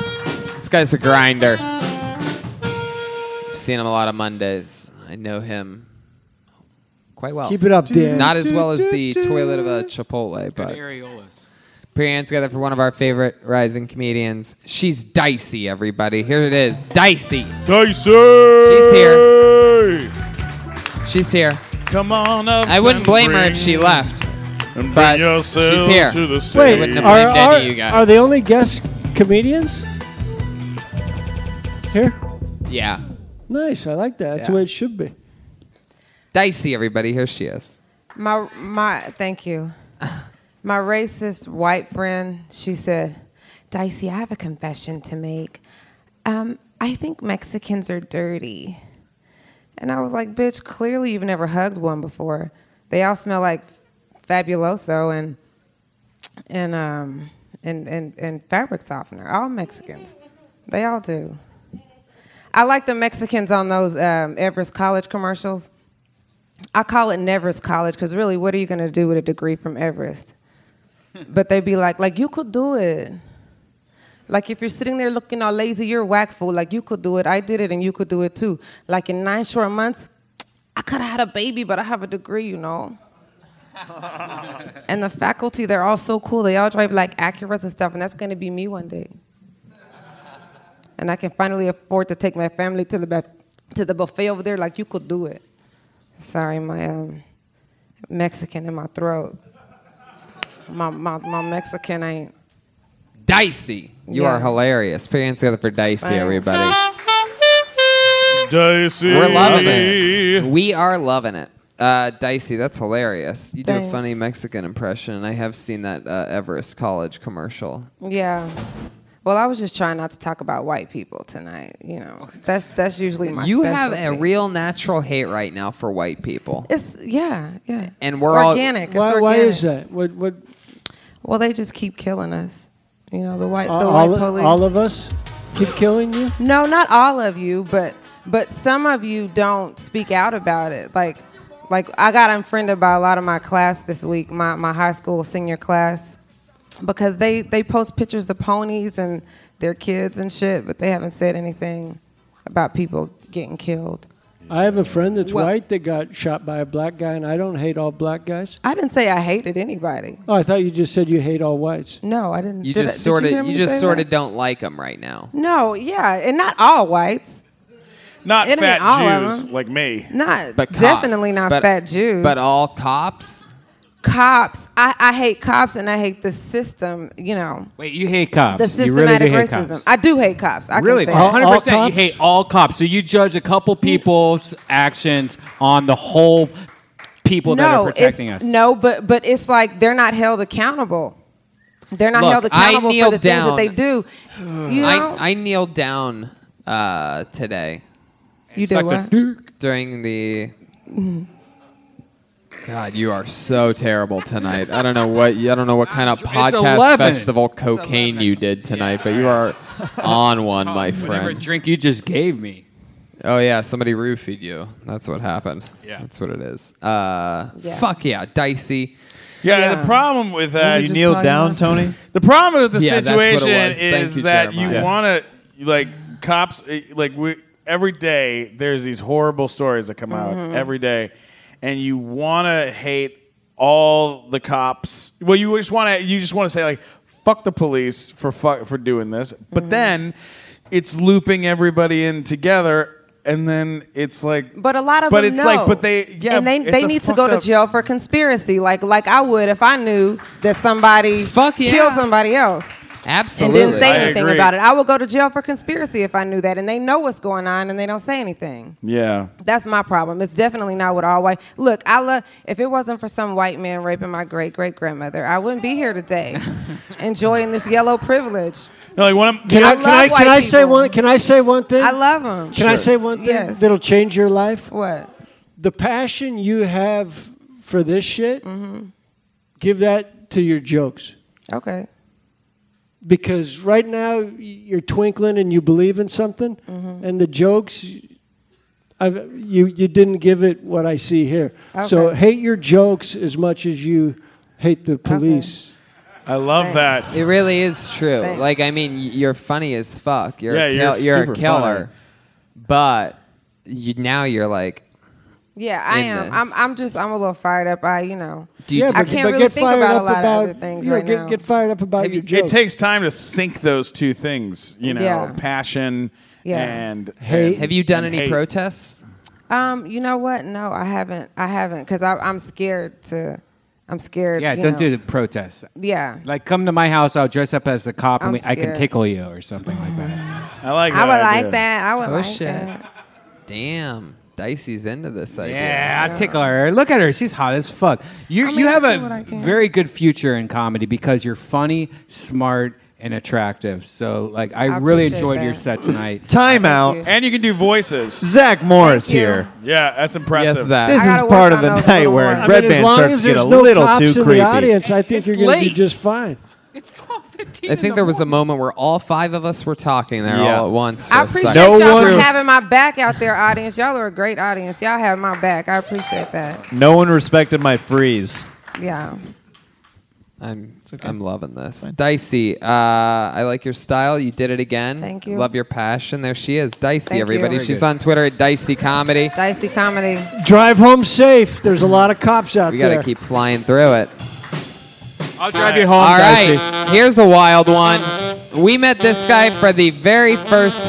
This guy's a grinder. I've seen him a lot of Mondays. I know him quite well. Keep it up, Dan. Oh. Not as well as the toilet of a Chipotle, but. Brianne's got it for one of our favorite rising comedians. She's Dicey, everybody. Here it is. Dicey. Dicey! She's here. She's here. Come on up. I and wouldn't blame her if bring- she left. And but bring yourself she's here. to the I stage. wouldn't have are, blamed are, any of you guys. are the only guest comedians here? Yeah. Nice. I like that. That's the Yeah. way it should be. Dicey, everybody. Here she is. My my thank you. My racist white friend, she said, Dicey, I have a confession to make. Um, I think Mexicans are dirty. And I was like, bitch, clearly you've never hugged one before. They all smell like fabuloso and and um and, and, and fabric softener. All Mexicans. They all do. I like the Mexicans on those um, Everest College commercials. I call it Neverest College because really, what are you going to do with a degree from Everest? But they'd be like, like you could do it. Like if you're sitting there looking all lazy, you're whack fool. Like you could do it. I did it, and you could do it too. Like in nine short months, I could have had a baby, but I have a degree, you know. And the faculty, they're all so cool. They all drive like Acuras and stuff, and that's going to be me one day. And I can finally afford to take my family to the buf- to the buffet over there. Like you could do it. Sorry, my um, Mexican in my throat. My, my, my Mexican ain't. Dicey. You Yeah. are hilarious. Put your hands together for Dicey, Thanks. everybody. Dicey. We're loving it. We are loving it. Uh, Dicey, that's hilarious. You do a Thanks. funny Mexican impression, and I have seen that uh, Everest College commercial. Yeah. Well, I was just trying not to talk about white people tonight. You know, that's that's usually my. you have a specialty. real natural hate right now for white people. It's yeah, yeah. And It's we're all- organic. It's Why- organic. why is that? What what? Well, they just keep killing us. You know, the white the all, white all- police. all of us keep killing you. No, not all of you, but but some of you don't speak out about it. Like like I got unfriended by a lot of my class this week, my, my high school senior class, because they, they post pictures of ponies and their kids and shit, but they haven't said anything about people getting killed. I have a friend that's Well- white that got shot by a black guy, and I don't hate all black guys. I didn't say I hated anybody. Oh, I thought you just said you hate all whites. No, I didn't. You Did I- just did sort of, hear you, me just say sort that? of don't like them right now. No, yeah, and not all whites. Not It ain't fat all of Jews 'em. like me. Not But cop- definitely not but- fat Jews. But all cops. cops. I, I hate cops and I hate the system, you know. Wait, you hate cops. The you really do hate systematic racism. cops. I do hate cops. I really, can say that. 100%. you hate all cops. So you judge a couple people's actions on the whole people that no, are protecting it's- us. No, but but it's like they're not held accountable. They're not Look, held I accountable for kneeled the down. things that they do. You know? Mm. I, I kneeled down uh, today. You did sucked a what? During the. Mm. God, you are so terrible tonight. I don't know what you, I don't know what kind of podcast 11. festival cocaine you did tonight, but you are on one, my Whatever friend. drink you just gave me. Oh yeah, somebody roofied you. That's what happened. Yeah, that's what it is. Uh, Yeah. fuck yeah, dicey. Yeah, the problem with uh, that. You kneeled down, Tony? The problem with the Yeah, that's what it situation was. Thank is you, that Jeremiah. you Yeah. want to, like, cops, eh, like, we, every day there's these horrible stories that come out Mhm. every day, and you want to hate all the cops. Well, you just want to, you just want to say, like, fuck the police for fuck, for doing this. But then it's looping everybody in together. And then it's like, But a lot of but them it's like, know. but they, yeah, and they it's they a need to go fucked to up- jail for conspiracy, like like I would if I knew that somebody Fuck killed somebody else. Absolutely. And didn't say I anything agree. about it. I would go to jail for conspiracy if I knew that, and they know what's going on, and they don't say anything. Yeah. That's my problem. It's definitely not with all white. Look, I love. If it wasn't for some white man raping my great great grandmother, I wouldn't be here today, enjoying this yellow privilege. No, like one of, Can I I, can love I white can I say people. one can I say one thing? I love them. Can I say one thing Yes. that'll change your life? What? The passion you have for this shit, give that to your jokes. Mm-hmm. Okay. Because right now y- you're twinkling and you believe in something, Mm-hmm. and the jokes, I've, you you didn't give it what I see here. So Okay. hate your jokes as much as you hate the police. I love that. It really is true. Thanks. Like I mean, y- you're funny as fuck. You're Yeah, a kill- you're you're, super a killer. But you, now you're like, Yeah, I in am. this. I'm, I'm just, I'm a little fired up. I, you know, yeah, I but- can't but really get think fired about a up lot about- of other things you know, right get, now. Get fired up about your joke. It takes time to sync those two things, you know, Yeah. passion Yeah. and Hate. Have you done and any hate. protests? Um, you know what? No, I haven't. I haven't because I'm scared to. I'm scared. Yeah, you don't know. do the protest. Yeah. Like, come to my house. I'll dress up as a cop I'm and we, I can scared. tickle you or something like that. I like I would like that. I would oh, like shit. that. Damn. Dicey's into this idea. Yeah, I tickle her. Look at her. She's hot as fuck. You you have what I a can. very good future in comedy because you're funny, smart, and attractive. So like I, I really appreciate enjoyed that. your set tonight. Time out. And you can do voices. Zach Morris Thank you. here. Yeah, that's impressive. Yes, Zach. This I gotta is work part of on the those a night little where more. I Red mean, as Band long starts as to get there's a no little cops too in the creepy. audience, I think It's you're going to late. do just fine. I think there was a moment where all five of us were talking there Yeah. all at once. I for a appreciate second. y'all having my back out there, audience. Y'all are a great audience. Y'all have my back. I appreciate that. No one respected my freeze. Yeah. I'm I'm loving this. Dicey, uh, I like your style. You did it again. Thank you. Love your passion. There she is, Dicey. Thank you. everybody, Very she's good. on Twitter at Dicey Comedy. Dicey comedy. Drive home safe. There's a lot of cops out We there. got to keep flying through it. I'll drive you home. All Dicey. right, here's a wild one. We met this guy for the very first.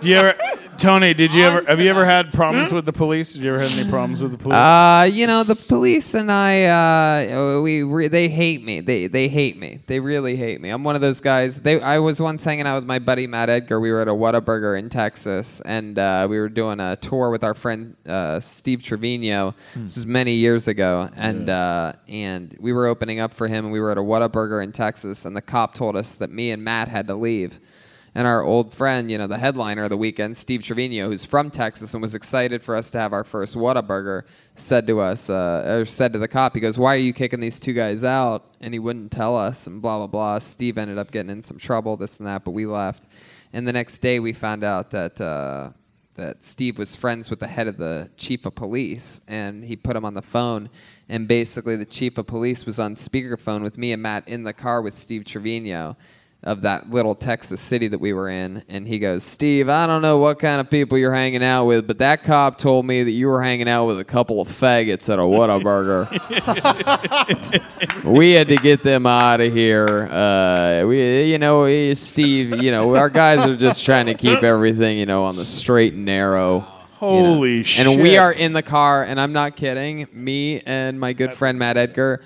Do you ever, Tony? Did you ever have you ever had problems with the police? Did you ever have any problems with the police? Uh, you know, the police and I, uh, we re- they hate me. They they hate me. They really hate me. I'm one of those guys. They I was once hanging out with my buddy Matt Edgar. We were at a Whataburger in Texas, and uh, we were doing a tour with our friend uh, Steve Trevino. This was many years ago, and uh, and we were opening up for him. And we were at a Whataburger in Texas, and the cop told us that me and Matt had to leave. And our old friend, you know, the headliner of the weekend, Steve Trevino, who's from Texas and was excited for us to have our first Whataburger, said to us, uh, or said to the cop, he goes, Why are you kicking these two guys out? And he wouldn't tell us, and blah, blah, blah. Steve ended up getting in some trouble, this and that, but we left. And the next day we found out that. Uh, that Steve was friends with the head of the chief of police, and he put him on the phone. And basically, the chief of police was on speakerphone with me and Matt in the car with Steve Trevino of that little Texas city that we were in. And he goes, Steve, I don't know what kind of people you're hanging out with, but that cop told me that you were hanging out with a couple of faggots at a Whataburger. we had to get them out of here. Uh, we, you know, eh, Steve, you know, our guys are just trying to keep everything, you know, on the straight and narrow. you know. Holy shit! And we are in the car, and I'm not kidding. Me and my good friend Matt Edgar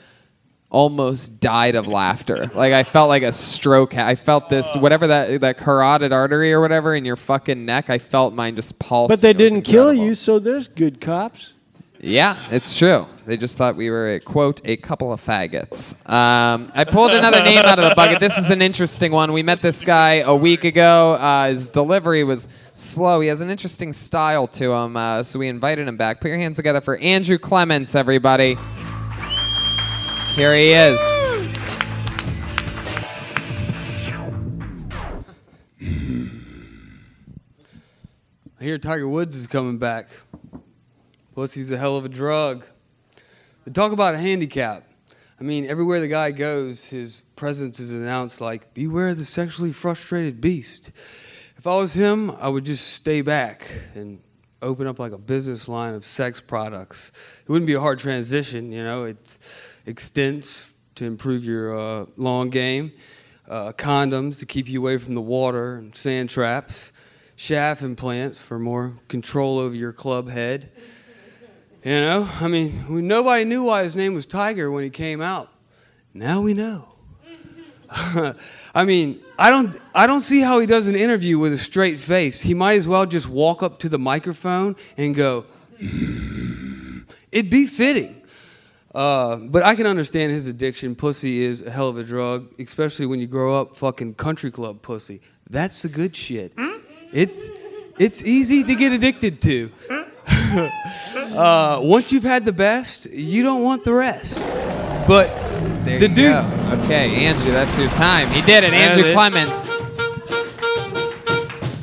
almost died of laughter. like I felt like a stroke. ha- I felt Uh. this whatever that that carotid artery or whatever in your fucking neck. I felt mine just pulse. But they didn't kill you, so there's good cops. Yeah, it's true. They just thought we were a quote a couple of faggots. Um, I pulled another name out of the bucket. This is an interesting one. We met this guy a week ago. Uh, his delivery was slow. He has an interesting style to him, uh, so we invited him back. Put your hands together for Andrew Clements, everybody. Here he is. I hear Tiger Woods is coming back. Pussy's a hell of a drug. But talk about a handicap. I mean, everywhere the guy goes, his presence is announced like, beware the sexually frustrated beast. If I was him, I would just stay back and open up like a business line of sex products. It wouldn't be a hard transition, you know. It extends to improve your uh, long game, uh, condoms to keep you away from the water and sand traps, shaft implants for more control over your club head. You know, I mean, we, nobody knew why his name was Tiger when he came out. Now we know. I mean, I don't, I don't see how he does an interview with a straight face. He might as well just walk up to the microphone and go, it'd be fitting. Uh, but I can understand his addiction. Pussy is a hell of a drug, especially when you grow up fucking country club pussy. That's the good shit. It's it's easy to get addicted to. uh, once you've had the best, you don't want the rest. But There the you dude, go. Okay, Andrew, that's your time. He did it, That Andrew is it. Clements.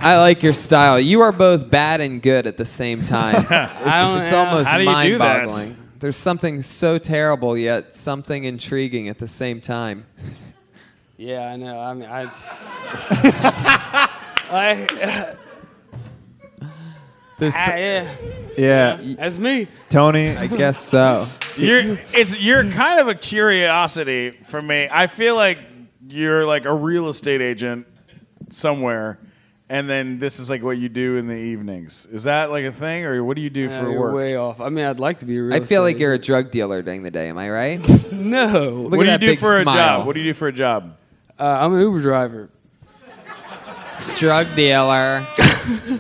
I like your style. You are both bad and good at the same I time. don't- it's it's yeah. almost How do you do that? mind-boggling. There's something so terrible yet something intriguing at the same time. Yeah, I know. I mean, I. I There's so- Ah, yeah. Yeah. That's me. Tony. I guess so. You're it's you're kind of a curiosity for me. I feel like you're like a real estate agent somewhere, and then this is like what you do in the evenings. Is that like a thing, or what do you do Yeah, for you're work? way off. I mean, I'd like to be a real I feel like estate you're a drug dealer during the day. Am I right? no. Look what at do you that do big for a smile. job? What do you do for a job? Uh, I'm an Uber driver. Drug dealer.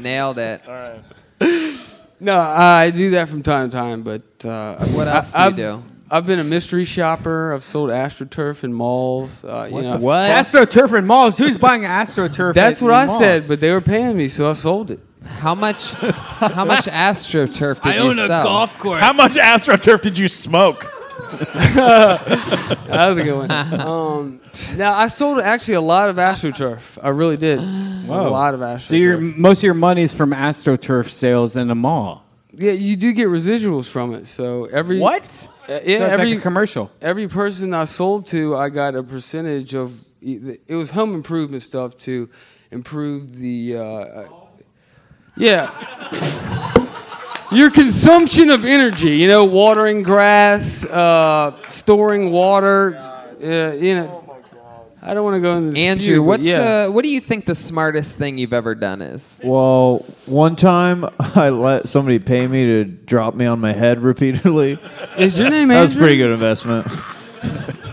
Nailed it. All right. No, I do that from time to time, but uh, What else do you I've, do? I've been a mystery shopper. I've sold astroturf in malls. Uh, you What know, the What? fuck? AstroTurf in malls. Who's buying AstroTurf? That's in what I malls? said, but they were paying me, so I sold it. How much? How much astroturf did I you own a sell? golf course. How much astroturf did you smoke? that was a good one. Um, now I sold actually a lot of astroturf. I really did. A lot of astroturf. So your most of your money's from AstroTurf sales in a mall. Yeah, you do get residuals from it. So every What? Uh, So yeah, it's like every a commercial. Every person I sold to, I got a percentage of. It was home improvement stuff to improve the. Uh, uh, yeah. Your consumption of energy, you know, watering grass, uh, storing water, uh, you know. I don't want to go into this. Andrew, what's the what do you think the smartest thing you've ever done is? Well, one time I let somebody pay me to drop me on my head repeatedly. Is your name That was a Andrew? pretty good investment.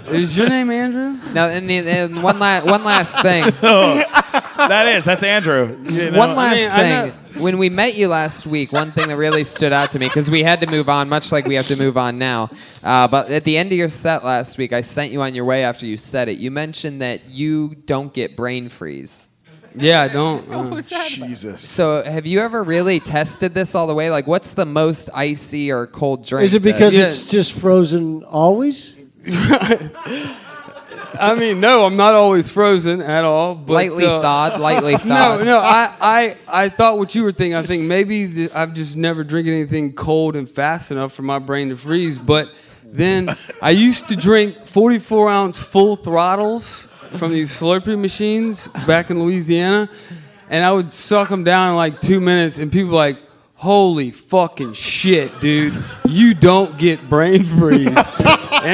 Is your name Andrew? Oh. No, and, the- and one last one last thing. that is that's Andrew. You know- one last thing. When we met you last week, one thing that really stood out to me because we had to move on, much like we have to move on now. Uh, but at the end of your set last week, I sent you on your way after you said it. You mentioned that you don't get brain freeze. Yeah, I don't. uh. Jesus. So, have you ever really tested this all the way? Like, what's the most icy or cold drink? Is it that- because it's just frozen always? I mean, no, I'm not always frozen at all. But, Lightly uh, thawed, lightly No, thawed. no, I, I, I thought what you were thinking. I think maybe th- I've just never drinking anything cold and fast enough for my brain to freeze. But then I used to drink 44 ounce full throttles from these Slurpee machines back in Louisiana, and I would suck them down in like two minutes, and people were like. Holy fucking shit, dude! You don't get brain freeze, and,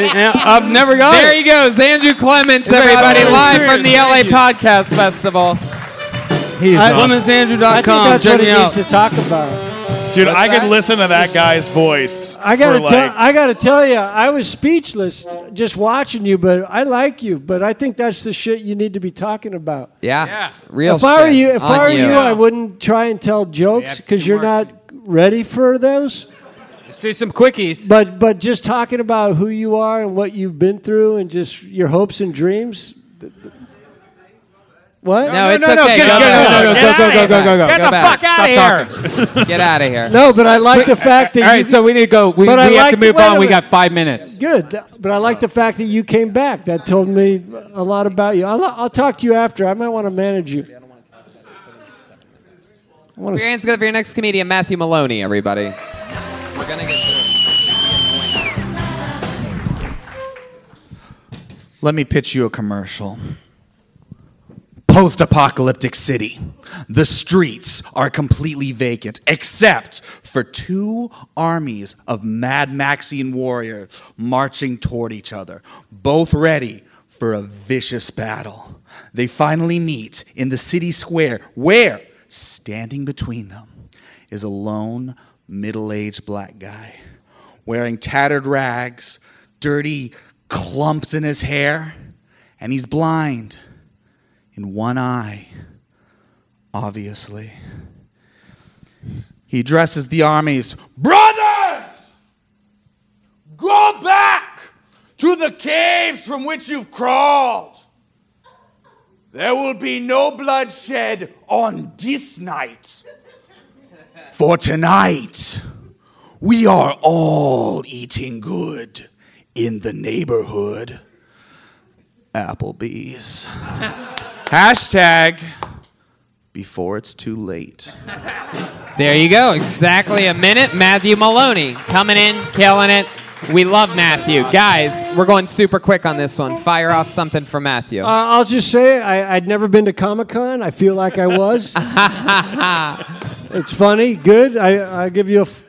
and I've never got There it. he goes, Andrew Clements, everybody, live from the LA Podcast Festival. He is awesome. I think that's what he needs to talk about. Dude, What's I that? could listen to that guy's voice. I gotta for, tell. like, I gotta tell you, I was speechless just watching you. But I like you. But I think that's the shit you need to be talking about. Yeah. Real if I were shit you, if on I were you, you. I wouldn't try and tell jokes have because too you're not ready for those. Let's do some quickies. But but just talking about who you are and what you've been through and just your hopes and dreams. th- th- What? No, it's okay. Go back. Go back. Stop talking. Get out of here. No, but I like the fact that. All right, you- so we need to go. We, But I we have like- to move wait a on. We minute. got five minutes. Good, th- but I like the fact that you came back. That told me a lot about you. I'll, I'll talk to you after. I might want to manage you. I Put want your to. hands together for your next comedian, Matthew Maloney, everybody. We're gonna Let me pitch you a commercial. Post apocalyptic city. The streets are completely vacant, except for two armies of Mad Maxian warriors marching toward each other, both ready for a vicious battle. They finally meet in the city square, where, standing between them, is a lone middle aged black guy wearing tattered rags, dirty clumps in his hair, and he's blind in one eye, obviously. He addresses the armies Brothers! Go back to the caves from which you've crawled. There will be no bloodshed on this night. for tonight. We are all eating good in the neighborhood. Applebee's. Hashtag before it's too late. There you go. Exactly a minute. Matthew Maloney coming in, killing it. We love Matthew. Guys, we're going super quick on this one. Fire off something for Matthew. Uh, I'll just say I, I'd never been to Comic Con. I feel like I was. It's funny, good. I I give you a, f-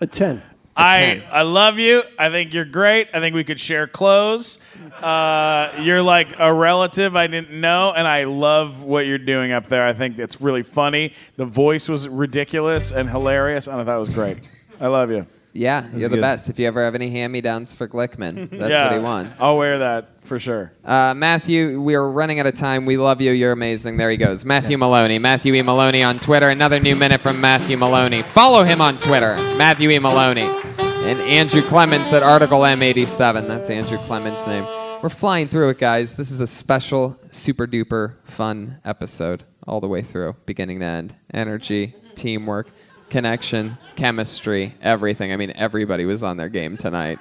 a ten. I I love you. I think you're great. I think we could share clothes. Uh, you're like a relative I didn't know, and I love what you're doing up there. I think it's really funny. The voice was ridiculous and hilarious, and I thought it was great. I love you. Yeah, This is you're the good. best. If you ever have any hand-me-downs for Glickman, that's what Yeah, he wants. I'll wear that for sure. Uh, Matthew, we are running out of time. We love you. You're amazing. There he goes. Matthew Maloney. Matthew E. Maloney on Twitter. Another new minute from Matthew Maloney. Follow him on Twitter. Matthew E. Maloney. And Andrew Clements at Article M87. That's Andrew Clements' name. We're flying through it, guys. This is a special, super duper fun episode all the way through, beginning to end. Energy, teamwork, connection, chemistry, everything. I mean, everybody was on their game tonight.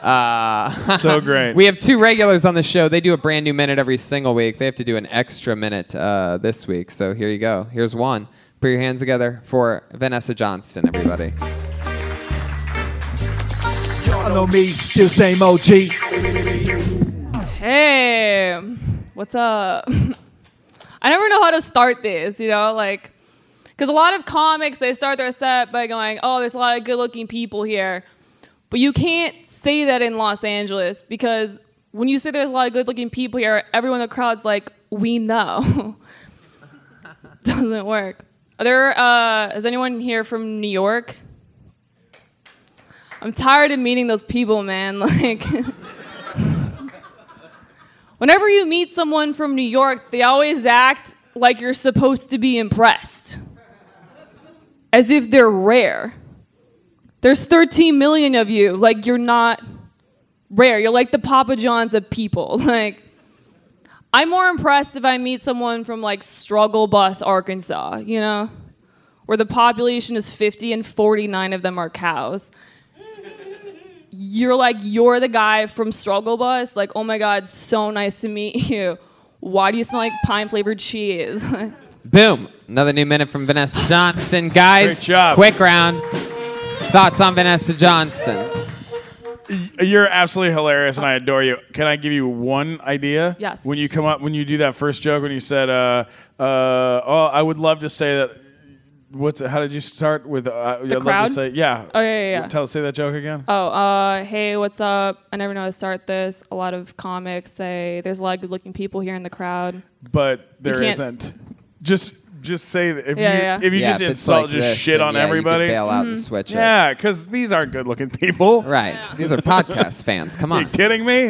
Uh, So great. we have two regulars on the show. They do a brand new minute every single week. They have to do an extra minute uh, this week. So here you go. Here's one. Put your hands together for Vanessa Johnston, everybody. Y'all know me, still same OG. Hey, what's up? I never know how to start this, you know, like, because a lot of comics, they start their set by going, oh, there's a lot of good looking people here. But you can't say that in Los Angeles because when you say there's a lot of good looking people here, everyone in the crowd's like, we know. Doesn't work. Are there, uh, is anyone here from New York? I'm tired of meeting those people, man. Like, Whenever you meet someone from New York, they always act like you're supposed to be impressed, as if they're rare. There's 13 million of you. Like, you're not rare. You're like the Papa Johns of people. Like, I'm more impressed if I meet someone from like Struggle Bus, Arkansas, you know, where the population is 50 and 49 of them are cows you're like you're the guy from struggle bus like oh my god so nice to meet you why do you smell like pine flavored cheese Boom. Another new minute from Vanessa Johnston. Guys, quick round. Thoughts on Vanessa Johnston? You're absolutely hilarious, and I adore you. Can I give you one idea? Yes. When you come up, when you do that first joke, when you said, uh, uh, "Oh, I would love to say that." What's it, how did you start with? Uh, I'd love crowd? to say, yeah. Oh, yeah, yeah, yeah. Tell say that joke again. oh uh hey what's up i never know how to start this a lot of comics say there's a lot of good looking people here in the crowd But You there can't- isn't. Just just say that if Yeah, you yeah. if you Yeah, just if it's insult like just this, shit then on yeah, you could everybody. bail out Mm-hmm. and Mhm. switch it. Yeah, because these aren't good looking people. Right. These are podcast fans. Come on. you kidding me?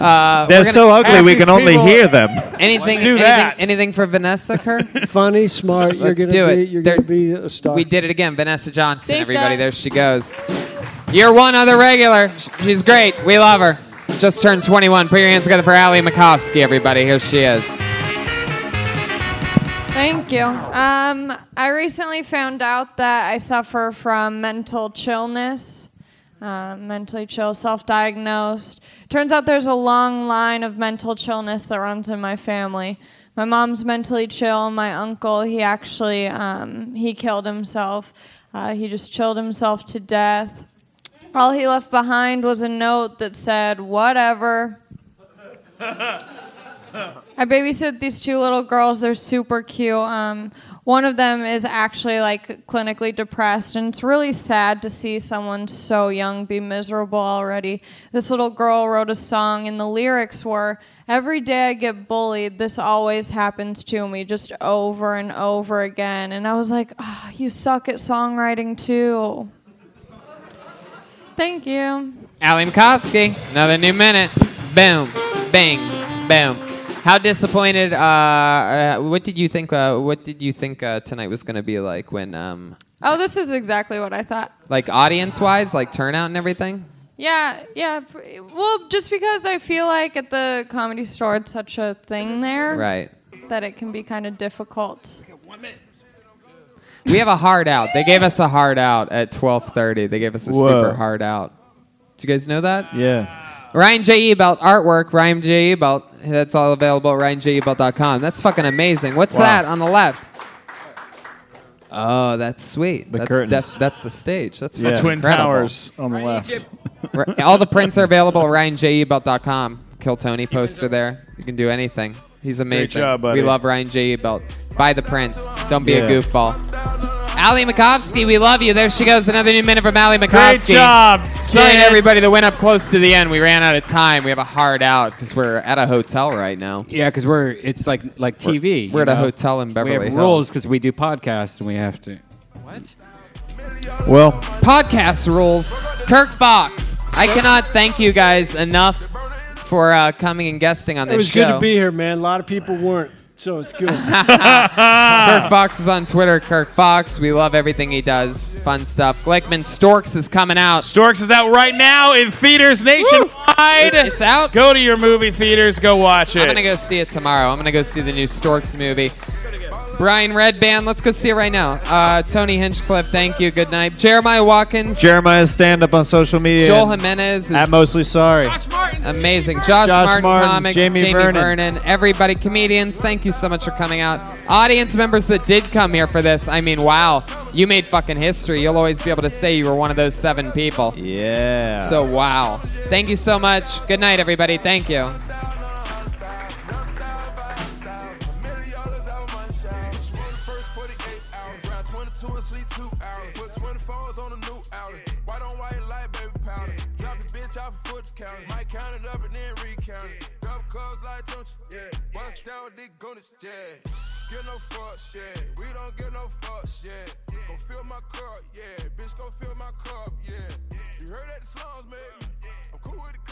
Uh, They're we're gonna- so ugly, Half we these can only people- hear them. Anything, Let's do anything, that. anything for Vanessa Kerr? Funny, smart. you're Let's gonna do be, it. You're gonna be a star. We did it again. Vanessa Johnson, Thanks, everybody. guys. There she goes. You're one other regular. Sh- She's great. We love her. Just turned 21. Put your hands together for Allie Makovsky, everybody. Here she is. Thank you. Um, I recently found out that I suffer from mental chillness, uh, mentally chill, self diagnosed. Turns out there's a long line of mental chillness that runs in my family. My mom's mentally chill. My uncle, he actually um, he killed himself. Uh, he just chilled himself to death. All he left behind was a note that said, "Whatever, I babysit these two little girls. They're super cute. Um, one of them is actually like clinically depressed, and it's really sad to see someone so young be miserable already. This little girl wrote a song, and the lyrics were Every day I get bullied, this always happens to me, just over and over again. And I was like, oh, You suck at songwriting too. Thank you. Allie Makovsky, another new minute. Boom, bang, boom. How disappointed? Uh, uh, what did you think? Uh, what did you think uh, tonight was going to be like when, um, Oh, this is exactly what I thought. like audience-wise, like turnout and everything? Yeah, yeah. pr- Well, just because I feel like at the comedy store it's such a thing there. Right. That it can be kind of difficult. We have a hard out. They gave us a hard out at 12:30. They gave us a Whoa. super hard out. Do you guys know that? Yeah. Ryan J. Ebelt artwork, Ryan J. Ebelt. That's all available at ryanjebelt.com. That's fucking amazing. What's Wow. that on the left? Oh, that's sweet. The that's, curtains. That's, that's the stage. That's Yeah. fucking Twin incredible. towers on the left. Ri- all the prints are available at ryanjebelt.com. Kill Tony poster there. You can do anything. He's amazing. job, buddy. We love Ryan J. E Belt. Buy the Prince. Don't be a Yeah. goofball. Allie Makovsky, we love you. There she goes. Another new minute from Allie Makovsky. job, Sorry to kid. everybody that went up close to the end. We ran out of time. We have a hard out because we're at a hotel right now. Yeah, because we're it's like like We're- TV. you we're at a know? hotel in We Beverly have Hills. rules because we do podcasts and we have to. Well, podcast rules. Kirk Fox. I cannot thank you guys enough for uh, coming and guesting on this It was show. good to be here, man. A lot of people weren't, so it's good. Kirk Fox is on Twitter. Kirk Fox. We love everything he does. Fun stuff. Glickman Storks is coming out. Storks is out right now in theaters nationwide. It's out. Go to your movie theaters. Go watch it. I'm gonna go see it tomorrow. I'm gonna go see the new Storks movie. Brian Redband, let's go see it right now. Uh, Tony Hinchcliffe, thank you. Good night. Jeremiah Watkins, Jeremiah's stand up on social media. Joel and Jimenez is- At mostly sorry. amazing. Josh, Josh Martin, Martin, comics, Jamie Vernon. everybody, comedians, thank you so much for coming out. Audience members that did come here for this, I mean, wow, you made fucking history. You'll always be able to say you were one of those seven people. Yeah. So wow, thank you so much. Good night, everybody. Thank you. You heard that the slums, man? I'm cool with the